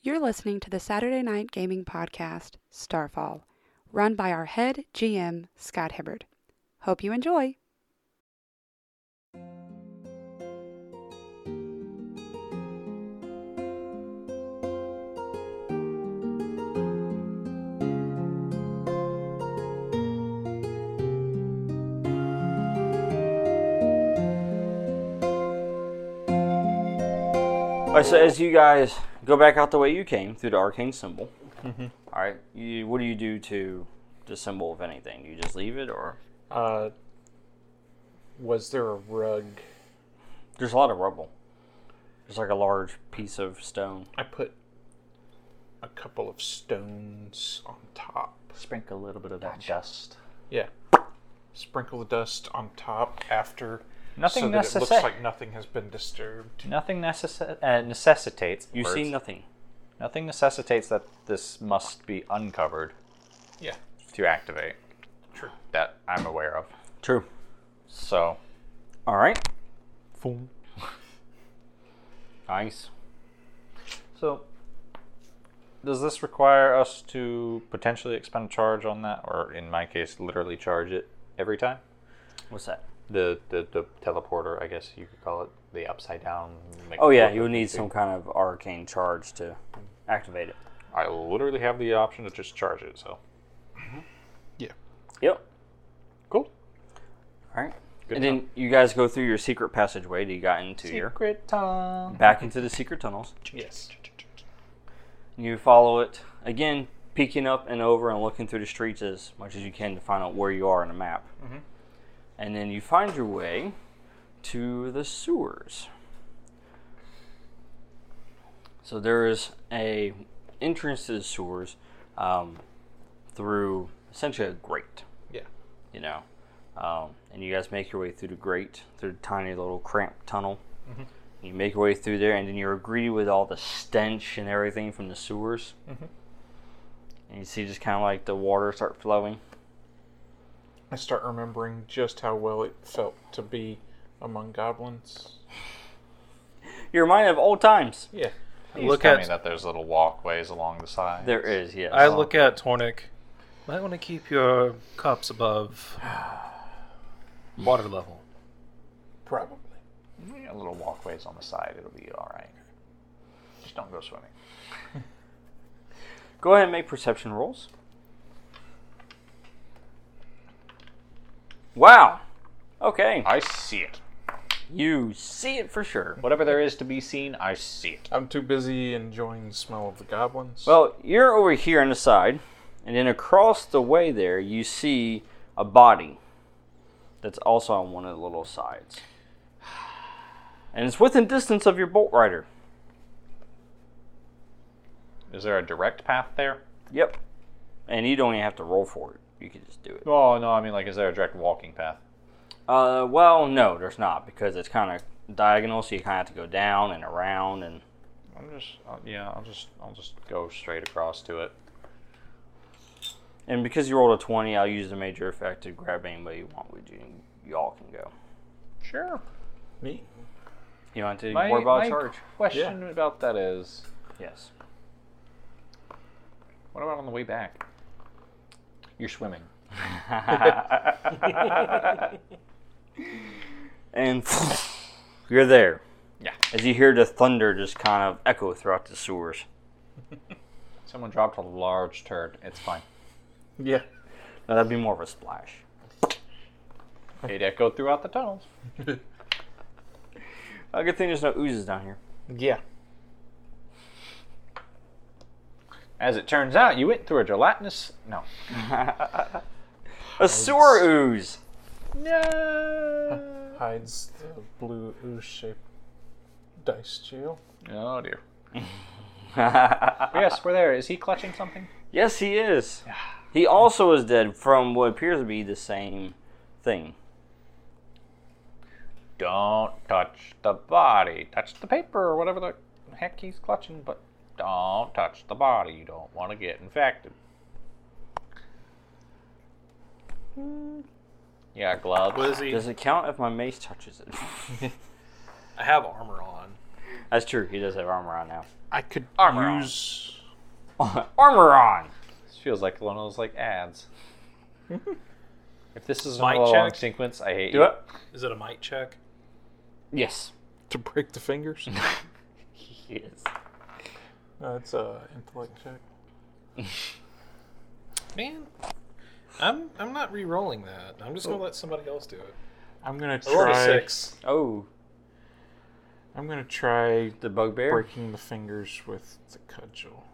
You're listening to the Saturday Night Gaming Podcast, Starfall, run by our head GM, Scott Hibbard. Hope you enjoy. All right, so as you guys go back out the way you came through the arcane symbol, Mm-hmm. all right, you, what do you do to the symbol, if anything? Do you just leave it, or Uh, was there a rug? there's a lot of rubble? There's like a large piece of stone. I put a couple of stones on top. sprinkle a little bit of that dust. Yeah. Sprinkle the dust on top after. Nothing so that it looks necessary. like nothing has been disturbed. Nothing necessi- uh, necessitates. You see words. nothing. Nothing necessitates that this must be uncovered Yeah. to activate True. that I'm aware of. True. So All right. Nice. So, does this require us to potentially expend a charge on that, or in my case, literally charge it every time? What's that? The the, the teleporter, I guess you could call it, the upside down. like, Oh yeah, flip you would it need thing. some kind of arcane charge to activate it. I literally have the option to just charge it. So Yeah. Yep. cool. All right. Good and to know. then you guys go through your secret passageway that you got into here, Secret time. back into the secret tunnels. Yes. You follow it again, peeking up and over and looking through the streets as much as you can to find out where you are on the map. And then you find your way to the sewers. So there is a entrance to the sewers um, through essentially a grate, Yeah. you know. Um, and you guys make your way through the grate, through the tiny little cramped tunnel. Mm-hmm. You make your way through there, and then you're greeted with all the stench and everything from the sewers. Mm-hmm. And you see just kind of like the water start flowing. I start remembering just how well it felt to be among goblins. You're reminded of old times. Yeah. Please Look tell at- me that there's little walkways along the side. There is, yes. I look at Tornik. Might want to keep your cups above water level. Probably. Yeah, little walkways on the side. It'll be all right. Just don't go swimming. Go ahead and make perception rolls. Wow. Okay. I see it. You see it for sure. Whatever there is to be seen, I see it. I'm too busy enjoying the smell of the goblins. Well, you're over here on the side, and then across the way there, you see a body that's also on one of the little sides. And it's within distance of your bolt rider. Is there a direct path there? Yep. And you don't even have to roll for it. You can just do it. Oh no, I mean like, is there a direct walking path? Uh, well, no, there's not because it's kind of diagonal, so you kind of have to go down and around. And I'm just, uh, yeah, I'll just, I'll just go straight across to it. and because you rolled a twenty, I'll use the major effect to grab anybody you want with you. And you all can go. Sure. Neat. You want to My, worry about my a charge? question about that is, Yes. what about on the way back? You're swimming. and you're there. Yeah. As you hear the thunder just kind of echo throughout the sewers. Someone dropped a large turd. It's fine. Yeah. Now, that'd be more of a splash. It echoed throughout the tunnels. A good thing there's no oozes down here. Yeah. As it turns out, you went through a gelatinous. No. A sewer ooze. No. hides the blue ooze shaped dice shield. Oh dear. yes, we're there. Is he clutching something? Yes, he is. He also is dead from what appears to be the same thing. Don't touch the body. Touch the paper or whatever the heck he's clutching, but don't touch the body. You don't want to get infected. Yeah, gloves. What is he? Does it count if my mace touches it? I have armor on. That's true. He does have armor on now. I could Armor on. use. armor on. This feels like one of those like ads. if this is a Mic long check? sequence, I hate Do you. it. Is it a might check? Yes. To break the fingers? Yes. No, it's a intellect check. Man, I'm I'm not re-rolling that. I'm just gonna let somebody else do it. I'm gonna Oh. I rolled a try. six. Oh, I'm gonna try the bugbear. breaking the fingers with the cudgel.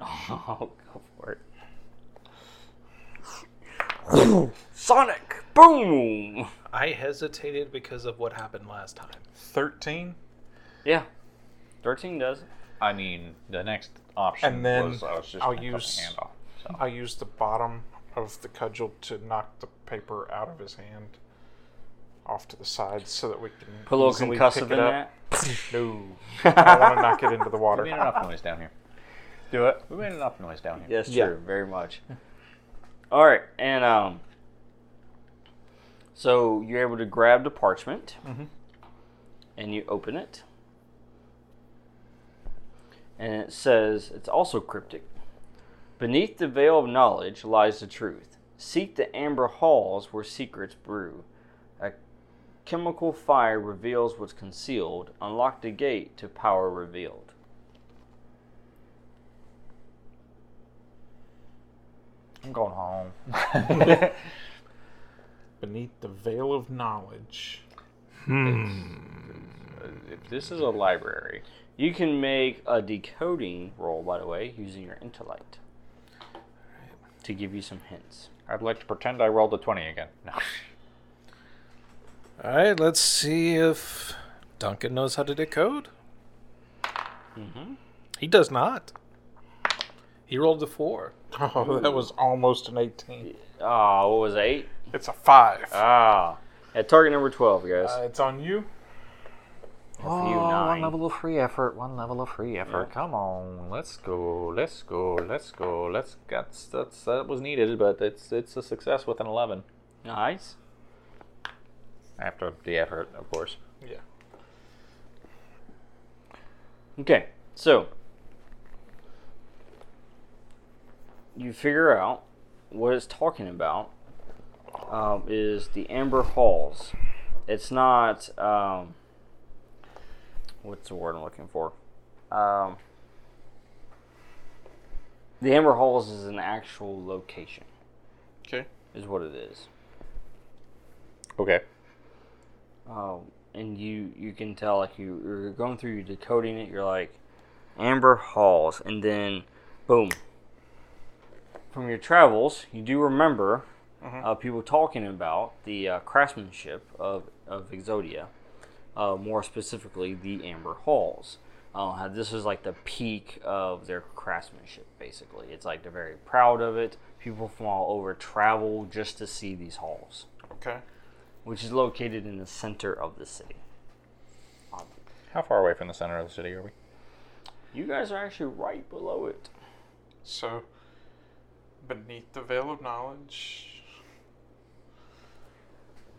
Oh, go for it. Sonic boom. I hesitated because of what happened last time. Thirteen, Yeah. Thirteen does. it. I mean, the next option And then was I was just I'll gonna cut the use- hand off. So I use the bottom of the cudgel to knock the paper out of his hand, off to the side, so that we can Put a little easily concussive pick in it up. that. No, I want to knock it into the we water. made enough noise down here. Do it. We made enough noise down here. Yes, Yeah. true. Very much. All right, and um, so you're able to grab the parchment, and you open it, and it says it's also cryptic. Beneath the veil of knowledge lies the truth. Seek the amber halls where secrets brew. A chemical fire reveals what's concealed. Unlock the gate to power revealed. I'm going home. Beneath the veil of knowledge, if this is a library, You can make a decoding roll, by the way, using your intellect to give you some hints. I'd like to pretend I rolled a 20 again. No. All right, let's see if Duncan knows how to decode. Mm-hmm. He does not. He rolled a four. oh, that was almost an eighteen. Ah, what was it, eight? It's a five. Ah, at target number twelve, guys. Uh, it's on you. for you nine. Oh, of free effort, one level of free effort. Come on, let's go, let's go, let's go, let's. That's that's that was needed, but it's it's a success with an eleven. Nice. After the effort, of course. Yeah. Okay, so you figure out what it's talking about um, is the Amber Halls. It's not um, what's the word I'm looking for. Um, the Amber Halls is an actual location, Okay. is what it is. Okay. Um, and you you can tell like you, you're going through you're decoding it. You're like Amber Halls, and then boom. From your travels, you do remember uh, people talking about the uh, craftsmanship of of Exodia, uh, more specifically the Amber Halls. Uh, how this is like the peak of their craftsmanship, basically. It's like they're very proud of it. People from all over travel just to see these halls Okay. which is located in the center of the city. How far away from the center of the city are we? You guys are actually right below it. So, beneath the veil of knowledge,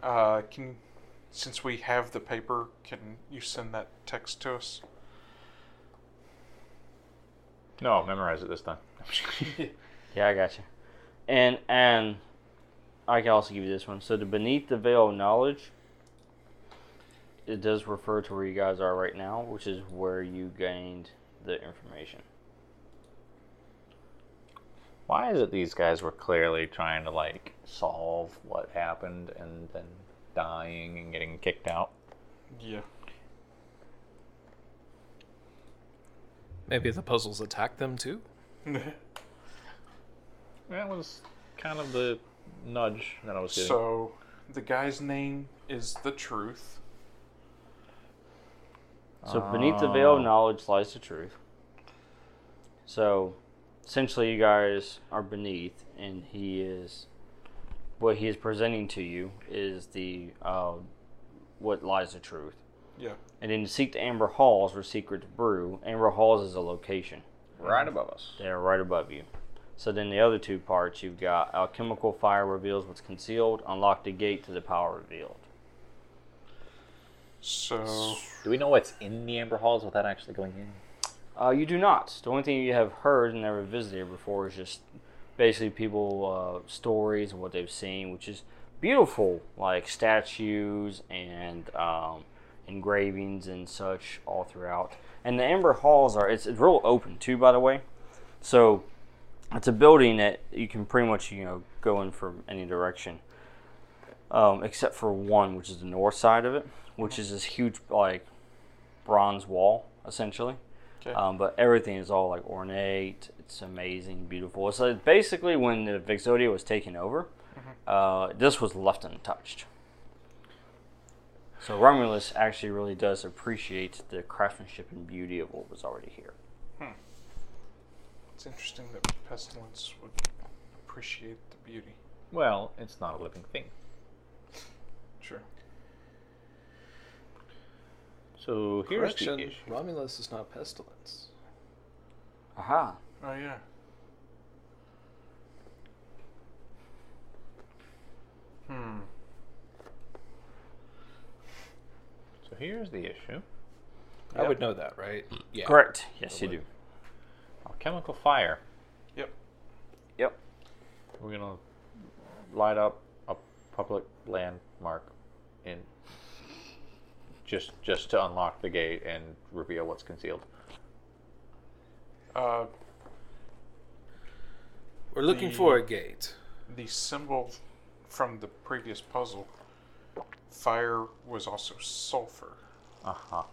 uh, can since we have the paper, can you send that text to us? No, memorize it this time. Yeah, I got you. And and I can also give you this one. So the beneath the veil of knowledge, it does refer to where you guys are right now, which is where you gained the information. Why is it these guys were clearly trying to like solve what happened and then dying and getting kicked out? Yeah. Maybe the puzzles attacked them too. That was kind of the nudge that I was getting. so, the guy's name is the truth. So beneath the veil Oh. of knowledge lies the truth. So essentially you guys are beneath and he is what he is presenting to you is the uh, what lies the truth. Yeah. And then you seek the Amber Halls where secrets brew. Amber Halls is a location. right above us. They're right above you. So then the other two parts you've got alchemical fire reveals what's concealed, unlock the gate to the power revealed. So Do we know what's in the Amber Halls without actually going in? Uh, you do not. The only thing you have heard and never visited here before is just basically people uh, stories and what they've seen, which is beautiful, like statues and um, engravings and such all throughout. And the Amber Halls are it's, it's real open too, by the way. So it's a building that you can pretty much you know go in from any direction, um, except for one, which is the north side of it, which is this huge like bronze wall essentially. Okay. Um, but everything is all like ornate. It's amazing, beautiful. So basically, when the Vixodia was taken over, uh, this was left untouched. So Romulus actually really does appreciate the craftsmanship and beauty of what was already here. Hmm. it's interesting that pestilence would appreciate the beauty. Well, it's not a living thing. Sure. So here's Correction, the issue. Romulus is not pestilence. Aha. Oh yeah. Hmm. So here's the issue. I would know that, right? Yeah. Correct. Yes, you do. Alchemical fire. Yep. Yep. We're gonna light up a public landmark in just just to unlock the gate and reveal what's concealed. Uh, We're looking The- for a gate. the symbol from the previous puzzle, fire was also sulfur. Uh huh.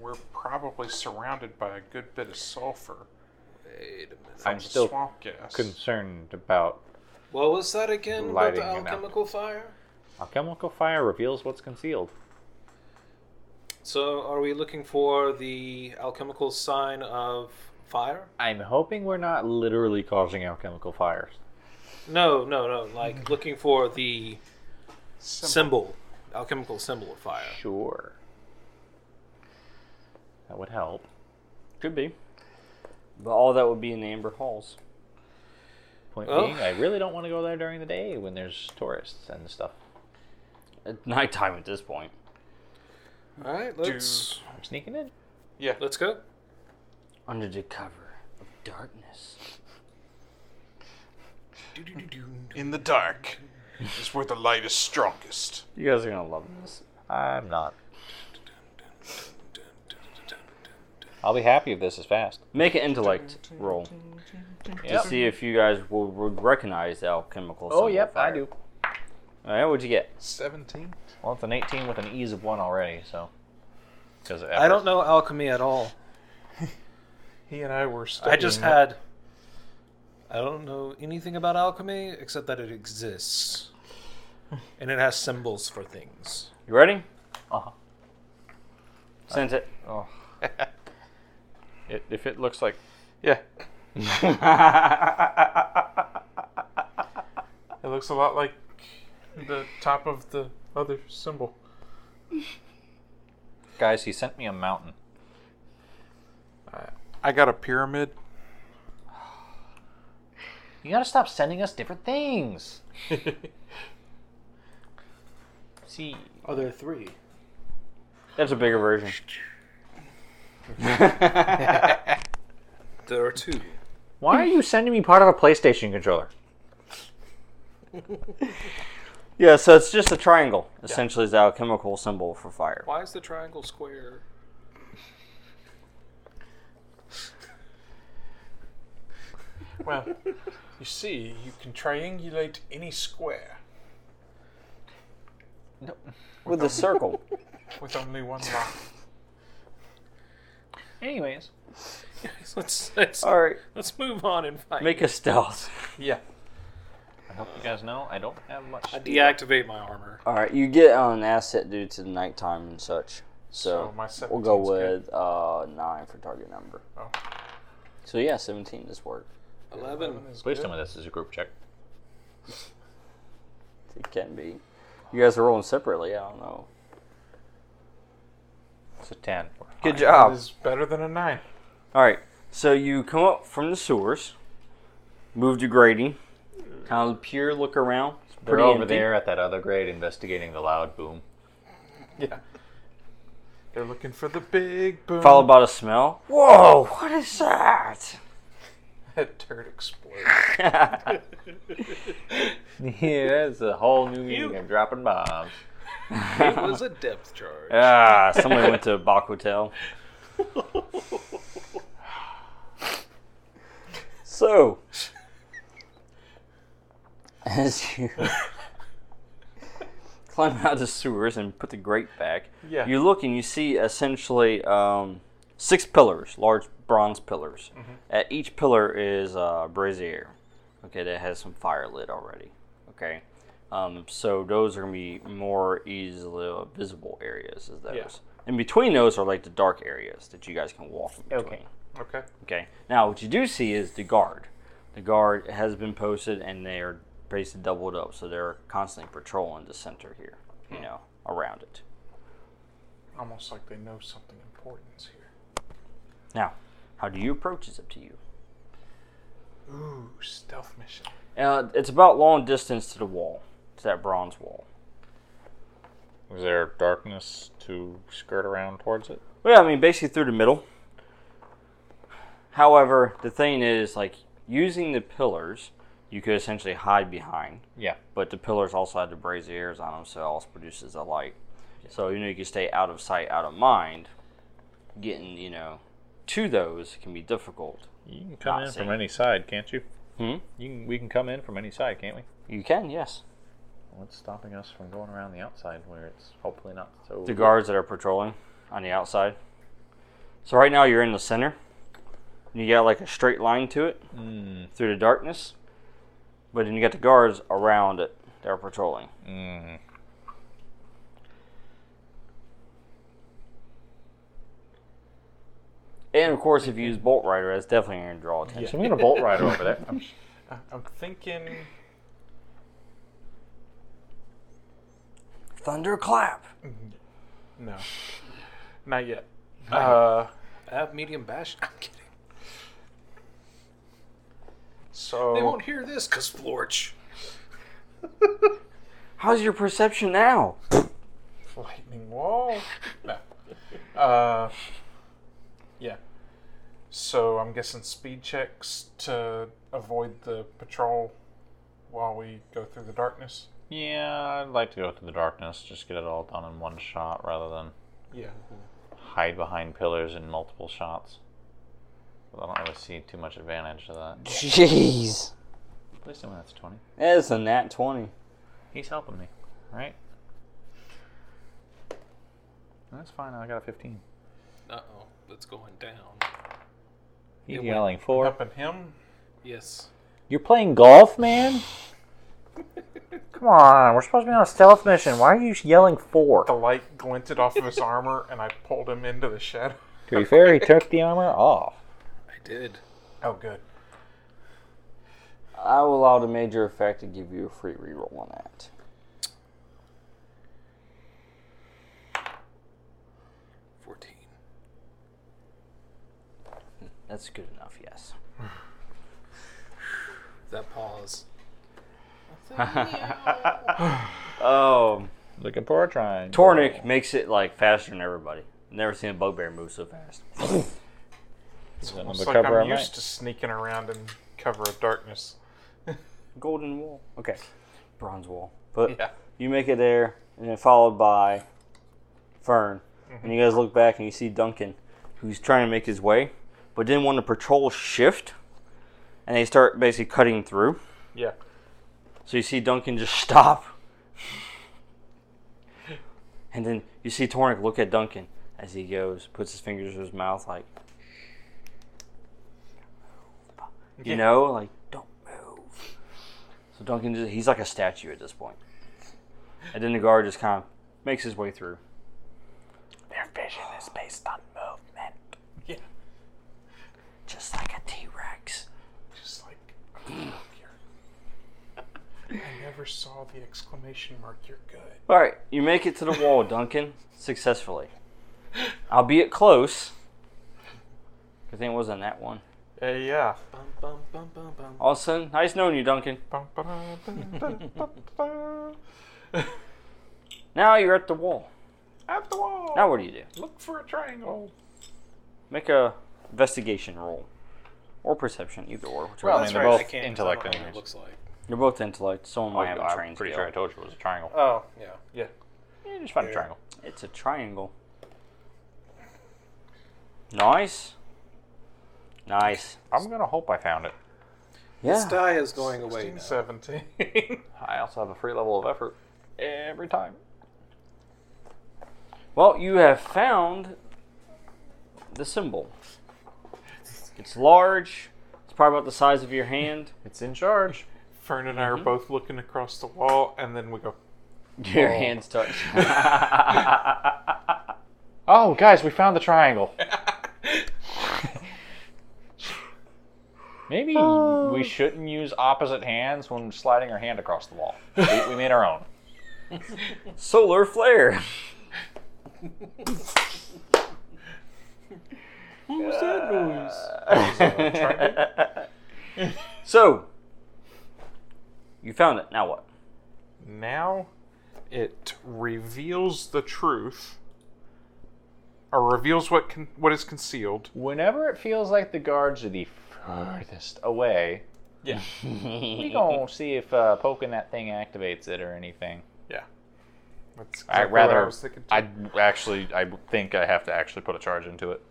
We're probably surrounded by a good bit of sulfur Wait a minute. from I'm the still swamp gas. concerned about What was that again about Lighting the and alchemical fire? alchemical fire reveals what's concealed. So, are we looking for the alchemical sign of fire? I'm hoping we're not literally causing alchemical fires. No, no, no. Like looking for the Symbol. symbol, alchemical symbol of fire. Sure. That would help. Could be. But all that would be in the Amber Halls. Point Well- being, I really don't want to go there during the day when there's tourists and stuff. At nighttime at this point. All right, let's I'm sneaking in. Yeah. let's go. Under the cover of darkness. In the dark is where the light is strongest. You guys are going to love this. I'm not. I'll be happy if this is fast. Make an intellect roll to Yep. see if you guys will would recognize the alchemical Oh, symbol yep, fire. I do. All right, what'd you get? Seventeen. Well, it's an 18 with an ease of one already, so. Because I don't know alchemy at all. He and I were. Studying I just it. had. I don't know anything about alchemy except that it exists, and it has symbols for things. You ready? Uh-huh. Sent it. Oh. it, if it looks like Yeah. It looks a lot like the top of the other symbol. Guys, he sent me a mountain. I got a pyramid. You gotta stop sending us different things. See, Are there three? That's a bigger version. There are two. why are you sending me part of a PlayStation controller? Yeah, so it's just a triangle. Essentially, is the alchemical symbol for fire. Why is the triangle square? Well, you see, you can triangulate any square With a circle. with only one line. Anyways, Let's let's, All right, let's move on and find. make a stealth. Yeah. I hope you guys know I don't have much. I deactivate my armor. All right, you get on an asset due to the nighttime and such. So, So my we'll go 17's good. with uh, nine for target number. Oh. So yeah, seventeen does work. Eleven. Please tell me this is a group check. It can be. You guys are rolling separately. I don't know. It's a ten. Good job. It's better than a nine. All right. So you come up from the sewers, move to Grady, kind of peer, look around. It's They're pretty over empty. there at that other grade investigating the loud boom. Yeah. They're looking for the big boom. Followed by a smell. Whoa! What is that? that turd explodes. yeah, that's a whole new meaning of dropping bombs. It was a depth charge. Ah, somebody went to Bakutel. so, as you climb out of the sewers and put the grate back, Yeah. you look and you see essentially um, six pillars, large bronze pillars. At each pillar is a brazier, okay, that has some fire lit already, okay. Um, so those are gonna be more easily visible areas as those. Yeah. And between those are like the dark areas that you guys can walk in between. Okay. Okay. Okay. Now, what you do see is the guard. The guard has been posted, and they are basically doubled up, so they're constantly patrolling the center here. You know, around it. Almost like they know something important's here. Now, how do you approach? It's up to you. Ooh, stealth mission. Uh, it's about long distance to the wall, to that bronze wall. Is there darkness to skirt around towards it? Well, yeah, I mean, basically through the middle. However, the thing is, like, using the pillars, you could essentially hide behind. Yeah. But the pillars also had the braziers on them, so it also produces a light. So, you know, you can stay out of sight, out of mind. Getting, you know, to those can be difficult. You can come Not in seen. from any side, can't you? Hmm? You can, we can come in from any side, can't we? You can, yes. What's stopping us from going around the outside where it's hopefully not so. The guards that are patrolling on the outside. So, right now, you're in the center. And you got like a straight line to it. Mm. through the darkness, but then you got the guards around it that are patrolling. Mm. And of course, if you use Bolt Rider, that's definitely going to draw attention. So I'm gonna bolt rider over there. I'm I- Uh, I'm thinking Thunderclap! no, not yet. Uh, I have medium bash. I'm kidding. so They won't hear this because Florch. How's your perception now? lightning wall. No. Uh, yeah. So I'm guessing speed checks to avoid the patrol while we go through the darkness. Yeah, I'd like to go through the darkness, just get it all done in one shot rather than Yeah. hide behind pillars in multiple shots. But I don't really see too much advantage to that. Jeez. At least when that's 20. That's a nat 20. He's helping me, right? That's fine, I got a 15. Uh oh, that's going down. He's went yelling for. Helping him. Yes. You're playing golf, man? Come on, we're supposed to be on a stealth mission. Why are you yelling The for? light glinted off of his armor, and I pulled him into the shadow. To be fair, he took the armor off. I did. Oh, good. I will allow the major effect to give you a free reroll on that. Fourteen. That's good enough, yes. That pause. Um, Looking for a trying. Tornik makes it like faster than everybody. Never seen a bugbear move so fast. It's almost the like cover I'm I used make. to sneaking around in cover of darkness. Golden wall. Okay. Bronze wall. But Yeah. you make it there, and then followed by Fern. And you guys look back and you see Duncan, who's trying to make his way, but didn't want to patrol shift. And they start basically cutting through. Yeah. So you see Duncan just stop. And then you see Tornik look at Duncan as he goes, puts his fingers to his mouth, like, you know, like, don't move. So Duncan, just, he's like a statue at this point. And then the guard just kind of makes his way through. Their vision is based on movement. Yeah. Just like a T Rex. Just like a here. I never saw the exclamation mark. You're good. All right, you make it to the wall, Duncan, successfully. Albeit close. Good thing it wasn't that one. Uh, yeah. Bum, bum, bum, bum, bum. All of a sudden, nice knowing you, Duncan. Bum, ba-da, bum, ba-da, ba-da. Now you're at the wall. At the wall. Now what do you do? Look for a triangle. Make a investigation roll. Or perception, either or. Whichever. Well, I one. mean, That's they're right, I both can't 'cause I intellect don't know what anyways. it looks like. You're both intellect. Someone might have a I'm train pretty sure Oh, I scale. told you it was a triangle. Oh, yeah. Yeah. Yeah, just find a triangle. It's a triangle. Nice. Nice. I'm gonna hope I found it. This die is going away now. 17. I also have a free level of effort every time. Well, you have found the symbol. It's large. It's probably about the size of your hand. It's in charge. Fern and I are both looking across the wall, and then we go, Your hands touch. Oh, guys, we found the triangle. Maybe we shouldn't use opposite hands when sliding our hand across the wall. We, we made our own. Solar flare. What was that noise? Uh, so, you found it. Now what? Now it reveals the truth, or reveals what con- what is concealed. Whenever it feels like the guards are the furthest away, Yeah. we gonna see if uh, poking that thing activates it or anything. Yeah. That's exactly I rather. what I I was thinking. Too. actually. I think I have to actually put a charge into it.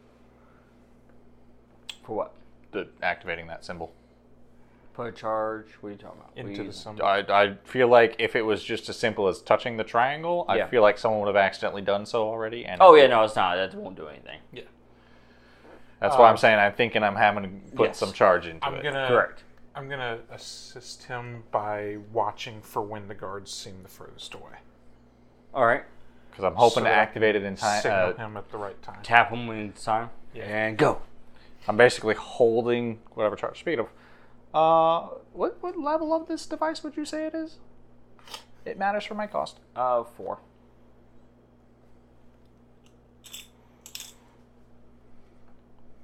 For what? The activating that symbol. Put a charge. What are you talking about? into We- the sun. I, I feel like if it was just as simple as touching the triangle, Yeah. I feel like someone would have accidentally done so already. And Oh yeah, no, it's not. That won't do anything. that's why I'm saying I'm thinking I'm having to put Yes. some charge into I'm it. gonna. Correct. I'm gonna assist him by watching for when the guards seem the furthest away. All right. because I'm hoping so to that I activate it in time. Signal Uh, him at the right time. Tap them when it's time. And go. I'm basically holding whatever charge. Speaking of, uh, what what level of this device would you say it is? It matters for my cost. Uh, four.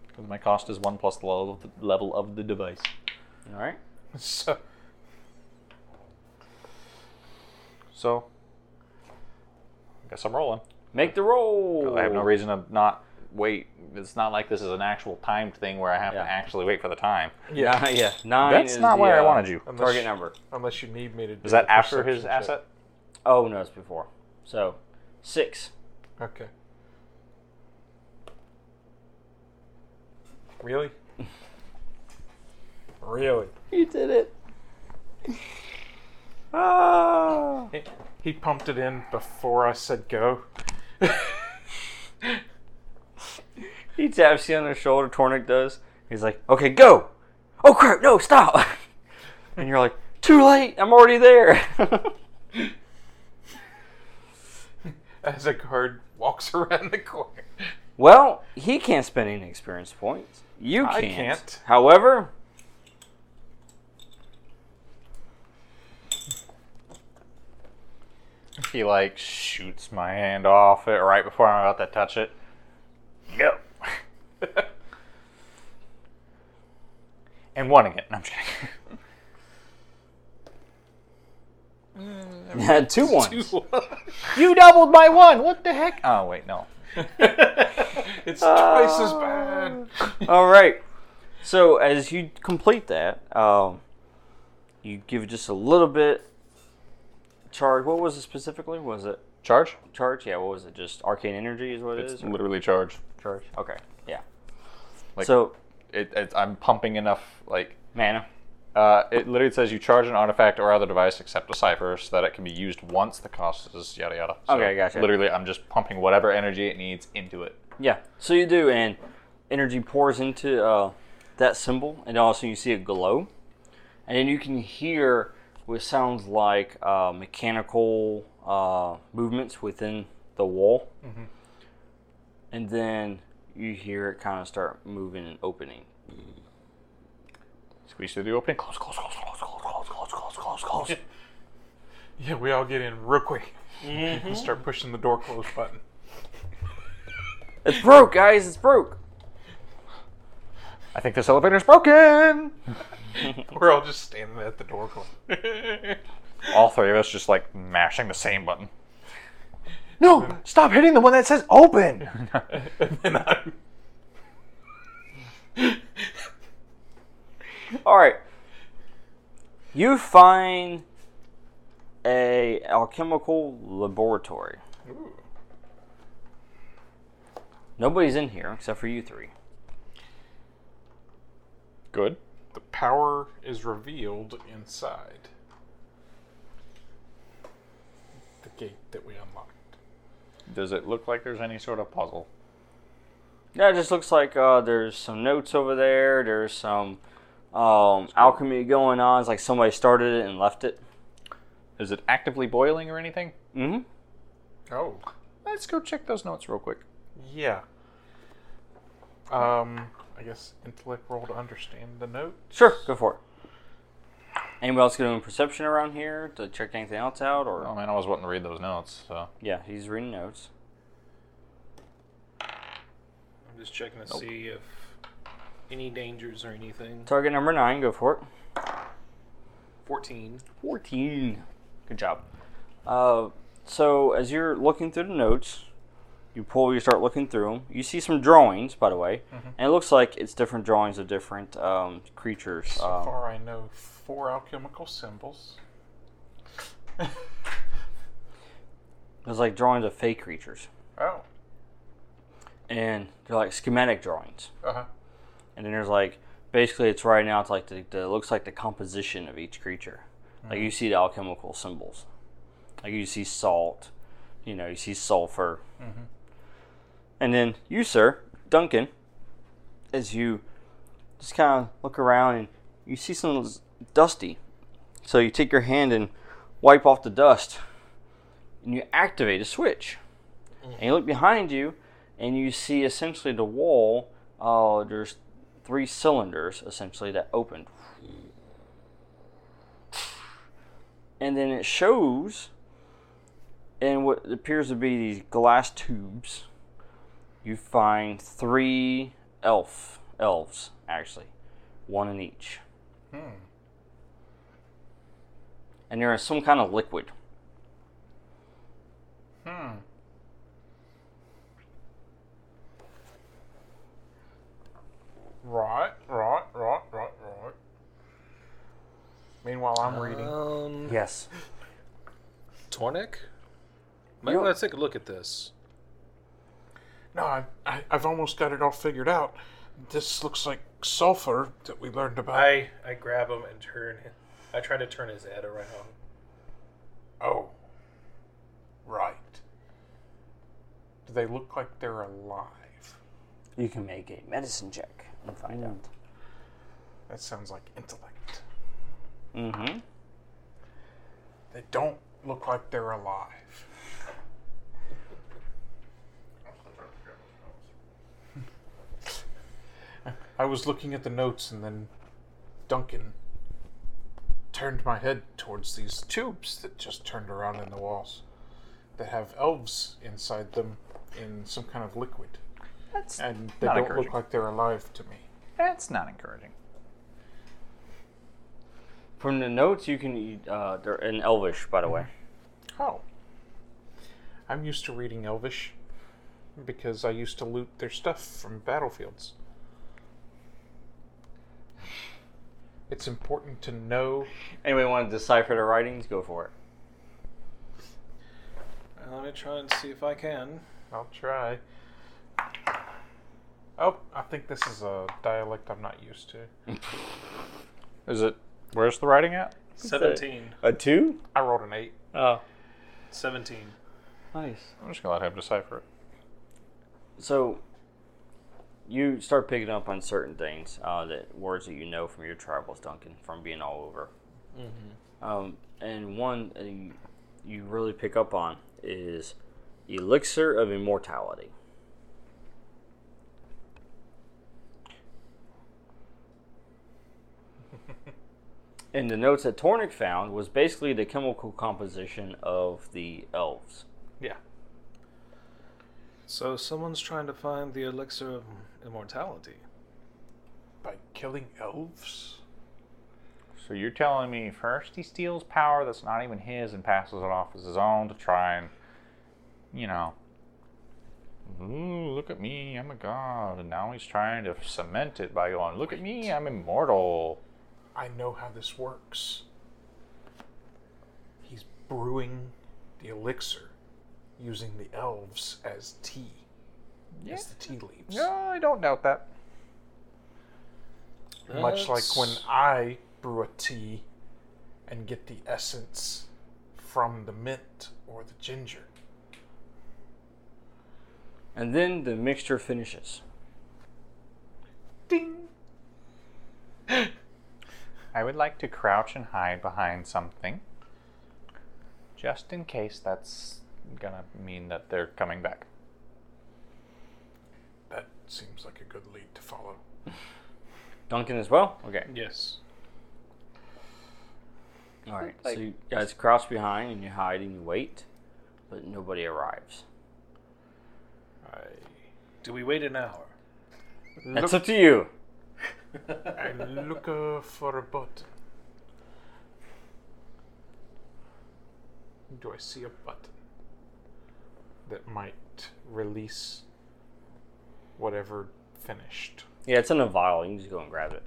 Because my cost is one plus the level of the, level of the device. All right. So, So, I guess I'm rolling. Make the roll. I have no reason to not wait. It's not like this is an actual timed thing where I have Yeah. to actually wait for the time. Yeah, yeah. Nine. That's is not the, where I uh, wanted you. unless Target you, number. Unless you need me to. Do Is that the after his perception check. asset? Oh no, it's before. So, six. Okay. Really? really? You did it. He, he pumped it in before I said go. He taps you on the shoulder. Tornik does. He's like, "Okay, go." Oh crap! No, stop. and you're like, "Too late. I'm already there." As a guard walks around the corner. well, he can't spend any experience points. You can't. I can't. However, He like shoots my hand off it right before I'm about to touch it. No. and one again. No, I'm kidding. two ones. you doubled my one. What the heck? Oh wait, no. It's twice as bad. All right. So as you complete that, um, you give just a little bit charge. What was it specifically? Was it Charge. charge? Yeah. What was it? Just arcane energy is what it It's is? Or literally charge. charge. Okay. Yeah. Like- so It, it, I'm pumping enough like mana. Uh, it literally says you charge an artifact or other device except a cipher so that it can be used once the cost is yada yada. So Okay, gotcha. Literally, I'm just pumping whatever energy it needs into it. Yeah. So you do, and energy pours into uh, that symbol, and also you see a glow, and then you can hear what sounds like uh, mechanical uh, movements within the wall, Mm-hmm. and then you hear it kind of start moving and opening. Squeeze through the opening. Close, close, close, close, close, close, close, close, close, close. Yeah, we all get in real quick. And start pushing the door close button. It's broke, guys. It's broke. I I think this elevator's broken. We're all just standing at the door going, All three of us just like mashing the same button. No, stop hitting the one that says open. and then I'm All right. You find a alchemical laboratory. Nobody's in here except for you three. Good. The power is revealed inside the gate that we unlocked. Does it look like there's any sort of puzzle? Yeah, it just looks like uh, there's some notes over there. There's some um, alchemy going on. It's like somebody started it and left it. Is it actively boiling or anything? Mm-hmm. Oh, Let's go check those notes real quick. yeah. Um, I guess intellect roll to understand the note. Sure, go for it. Anybody else doing perception around here to check anything else out? Or Oh man, I was wanting to read those notes. So yeah, he's reading notes. I'm just checking to see if any dangers or anything. Target number nine, go for it. 14. 14. Good job. Uh, so, as you're looking through the notes, you pull, you start looking through them. You see some drawings, by the way, Mm-hmm. and it looks like it's different drawings of different um, creatures. So um, far, I know four alchemical symbols. There's like drawings of fake creatures, Oh, and they're like schematic drawings. uh huh. And then there's like basically, it's right now, it's like the, the looks like the composition of each creature. Like you see the alchemical symbols, like you see salt, you know, you see sulfur, and then you, sir, Duncan, as you just kind of look around and you see some s- dusty. So you take your hand and wipe off the dust, and you activate a switch. And you look behind you, and you see essentially the wall. Uh, there's three cylinders essentially that opened, and then it shows in what appears to be these glass tubes. You find three elf elves actually, one in each, and they're in some kind of liquid. Hmm. Right, right, right, right, right. Meanwhile, I'm reading. Um, Yes. Tornik? Might want to take a look at this. No, I, I, I've almost got it all figured out. This looks like sulfur that we learned about. I, I grab him and turn him. I try to turn his head around. Oh. Right. Do they look like they're alive? You can make a medicine check and find out. That sounds like intellect. Mm-hmm. They don't look like they're alive. I was looking at the notes and then Duncan turned my head towards these tubes that just turned around in the walls that have elves inside them in some kind of liquid. That's And they Not don't encouraging. look like they're alive to me. that's not encouraging. From the notes, you can eat. Uh, they're in Elvish, by the way. Oh. I'm used to reading Elvish because I used to loot their stuff from battlefields. It's important to know. Anybody want to decipher the writings? Go for it. Uh, Let me try and see if I can. I'll try. Oh, I think this is a dialect I'm not used to. Is it? Where's the writing at? 17. A two? I rolled an 8. Oh, 17. nice. I'm just gonna let him decipher it. So you start picking up on certain things, uh, that words that you know from your travels, Duncan, from being all over. Um, and one uh, you- you really pick up on is elixir of immortality. and the notes that Tornik found was basically the chemical composition of the elves. Yeah. So someone's trying to find the elixir of immortality. by killing elves? So you're telling me first he steals power that's not even his and passes it off as his own to try and, you know, ooh, look at me, I'm a god. And now he's trying to cement it by going, look at me, I'm immortal. I know how this works. He's brewing the elixir using the elves as tea. As the tea leaves. No, I don't doubt that. Much like when That's- I brew a tea and get the essence from the mint or the ginger. And then the mixture finishes. I would like to crouch and hide behind something. Just in case that's gonna mean that they're coming back. That seems like a good lead to follow. Duncan as well. Okay. Yes. All right. so you guys crouch behind and you hide and you wait, but nobody arrives. I Do we wait an hour? That's up to you. I look uh, for a button. Do I see a button that might release whatever finished? Yeah, it's in a vial. You can just go and grab it.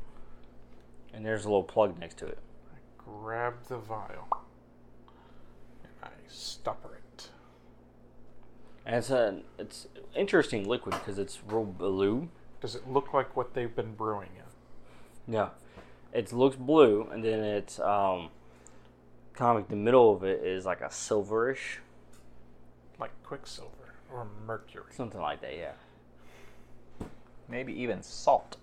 And there's a little plug next to it. Grab the vial and I stopper it. And it's an it's interesting liquid because it's real blue. Does it look like what they've been brewing in? Yeah. It looks blue, and then it's um, kind of like the middle of it is like a silverish, Like quicksilver or mercury? something like that. Yeah. Maybe even salt.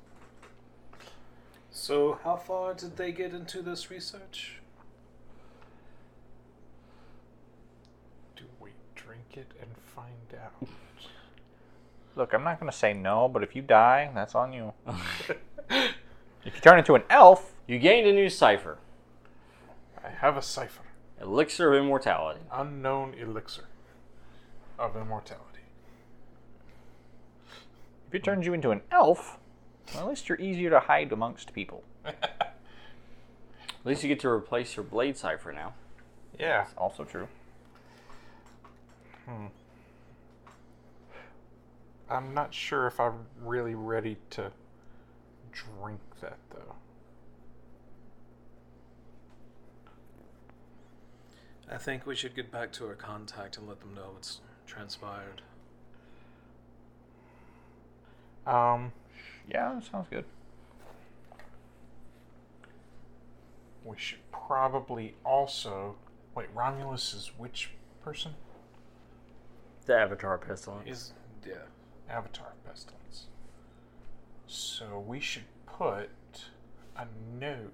So, how far did they get into this research? Do we drink it and find out? Look, I'm not gonna say no, but if you die, that's on you. if you turn into an elf, You gained a new cipher, I have a cipher. elixir of immortality. Unknown elixir of immortality. if it turns you into an elf, well, at least you're easier to hide amongst people. At least you get to replace your blade cipher now. Yeah. That's also true. I'm not sure if I'm really ready to drink that though. I think we should get back to our contact and let them know what's transpired. Um, Yeah, that sounds good. we should probably also wait. Romulus is which person? The Avatar Pestilence. Is yeah. Avatar pestilence. So we should put a note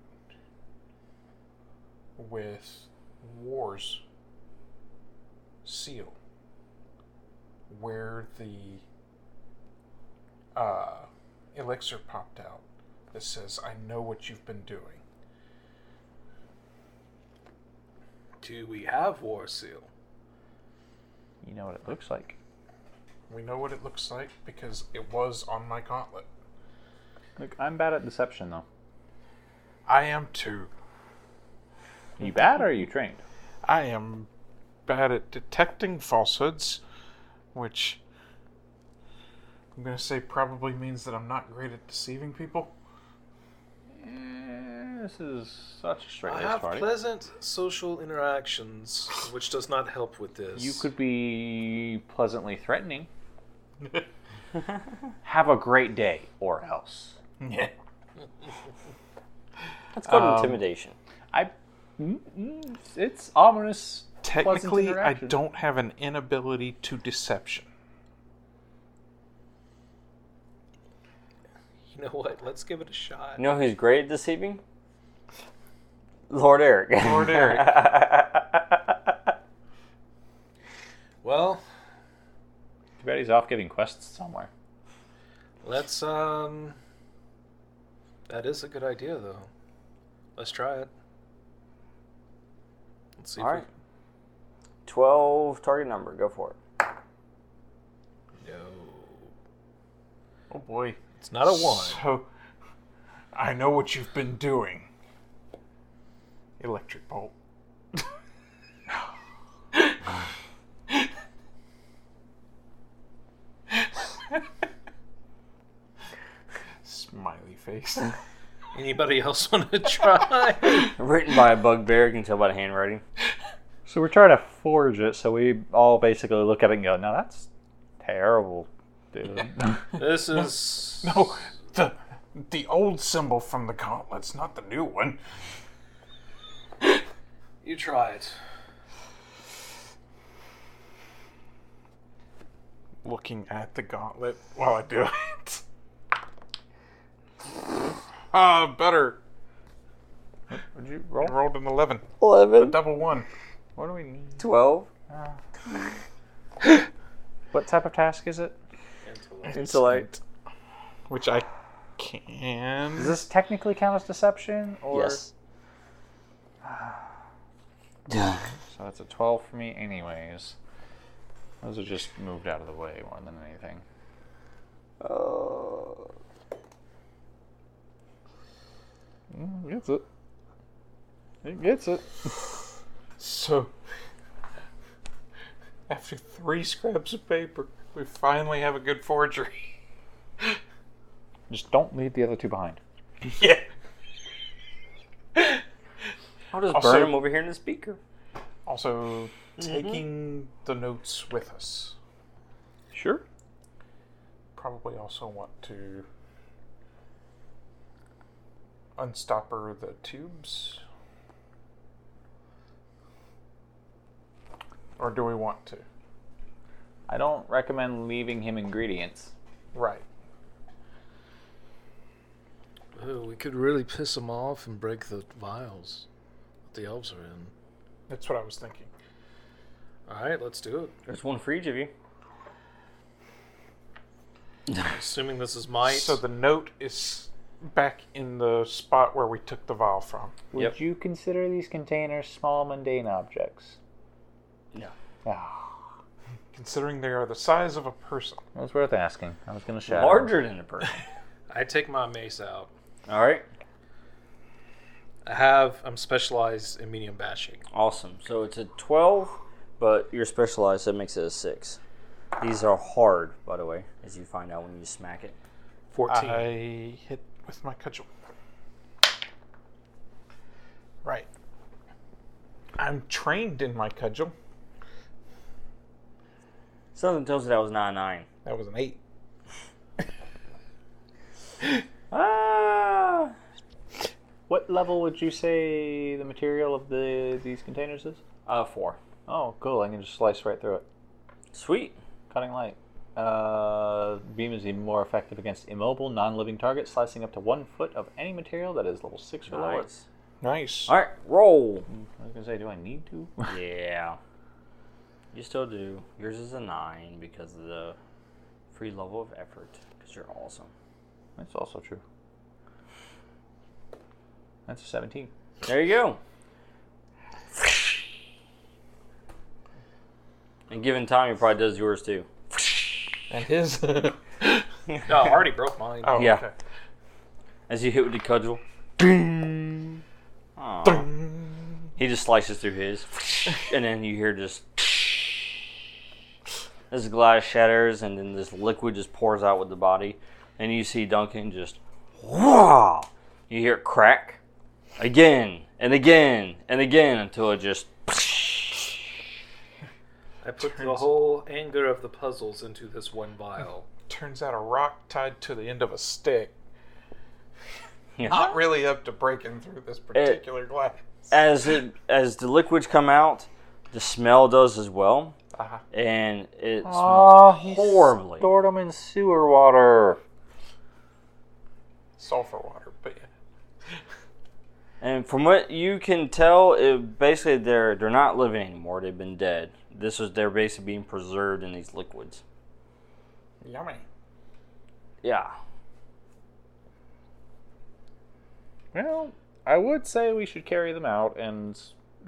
with War's seal where the uh, elixir popped out that says, I know what you've been doing. Do we have war seal? You know what it looks like. We know what it looks like because it was on my gauntlet. Look, I'm bad at deception though. I am too. you bad or are you trained? I am bad at detecting falsehoods, which I'm going to say probably means that I'm not great at deceiving people. Eh, This is such a straight I laced have party. pleasant social interactions, which does not help with this. You could be pleasantly threatening. Have a great day, or else. Yeah. Let's go to intimidation. I. mm, mm, It's ominous. pleasant Technically, I interaction. don't have an inability to deception. You know what? Let's give it a shot. You know who's great at deceiving? Lord E- Eric. Lord Eric. Well, Too bad he's off giving quests somewhere. let's um. That is a good idea, though. Let's try it. Let's see. All if right. 12 target number. Go for it. we... No, oh boy. it's not a one. So, I know what you've been doing. Electric bolt. Smiley face. Anybody else want to try? Written by a bugbear, you can tell by the handwriting. So we're trying to forge it. So we all basically look at it and go, "No, that's terrible, dude." this is No, the the old symbol from the gauntlets, not the new one. you try it. Looking at the gauntlet while I do it. Ah, better. Would you roll? I rolled an eleven, 11, double one. What do we need? 12, What type of task is it? intellect. which I can. Does this technically count as deception? Or... Yes. So that's a 12 for me, anyways. Those are just moved out of the way more than anything. Uh, Oh. Mm, gets it. It gets it. So, after three scraps of paper, we finally have a good forgery. Just don't leave the other two behind. Yeah. I'll just Also- burn him over here in the speaker. Also, taking the notes with us. Sure. Probably also want to unstopper the tubes. Or do we want to? I don't recommend leaving him ingredients. Right. Ooh, we could really piss them off and break the vials that the elves are in. That's what I was thinking. All right, let's do it. There's one for each of you. Assuming this is might. So the note is back in the spot where we took the vial from. Would you consider these containers small mundane objects? No. Ah, Considering they are the size of a person. it was worth asking. I was gonna shout. Larger than a person. I take my mace out. All right. I have. I'm specialized in medium bashing. Awesome. So it's a 12, but you're specialized, so it makes it a 6. These are hard, by the way, as you find out when you smack it. Fourteen. Uh-huh. I hit with my cudgel. Right. I'm trained in my cudgel. Something tells me that was not a 9. That was an eight. Ah! What level would you say the material of the these containers is? Uh, 4. Oh, cool. I can just slice right through it. Sweet. Cutting light. Uh, beam is even more effective against immobile, non-living targets, slicing up to one foot of any material that is level six or lower. Nice. Nice. All right, roll. I was gonna say, do I need to? Yeah. You still do. Yours is a 9 because of the free level of effort, because you're awesome. That's also true. That's a seventeen. There you go. And given time, he probably does yours too. And his. No, I already broke mine. oh, Oh, Yeah. okay. As you hit with the cudgel. Aw. He just slices through his. And then you hear just. This glass shatters, and then this liquid just pours out with the body. And you see Duncan just. Wow! You hear it crack. Again, and again, and again, until it just. I put the whole anger of the puzzles into this one vial. Turns out a rock tied to the end of a stick. Not really up to breaking through this particular glass. as it as the liquids come out, the smell does as well, Uh-huh. and it Oh, Ah, smells horribly. Stored them in sewer water. Sulfur water, but yeah. And from what you can tell, it, basically they're they're not living anymore. They've been dead. This is they're basically being preserved in these liquids. Yummy. Yeah. Well, I would say we should carry them out and,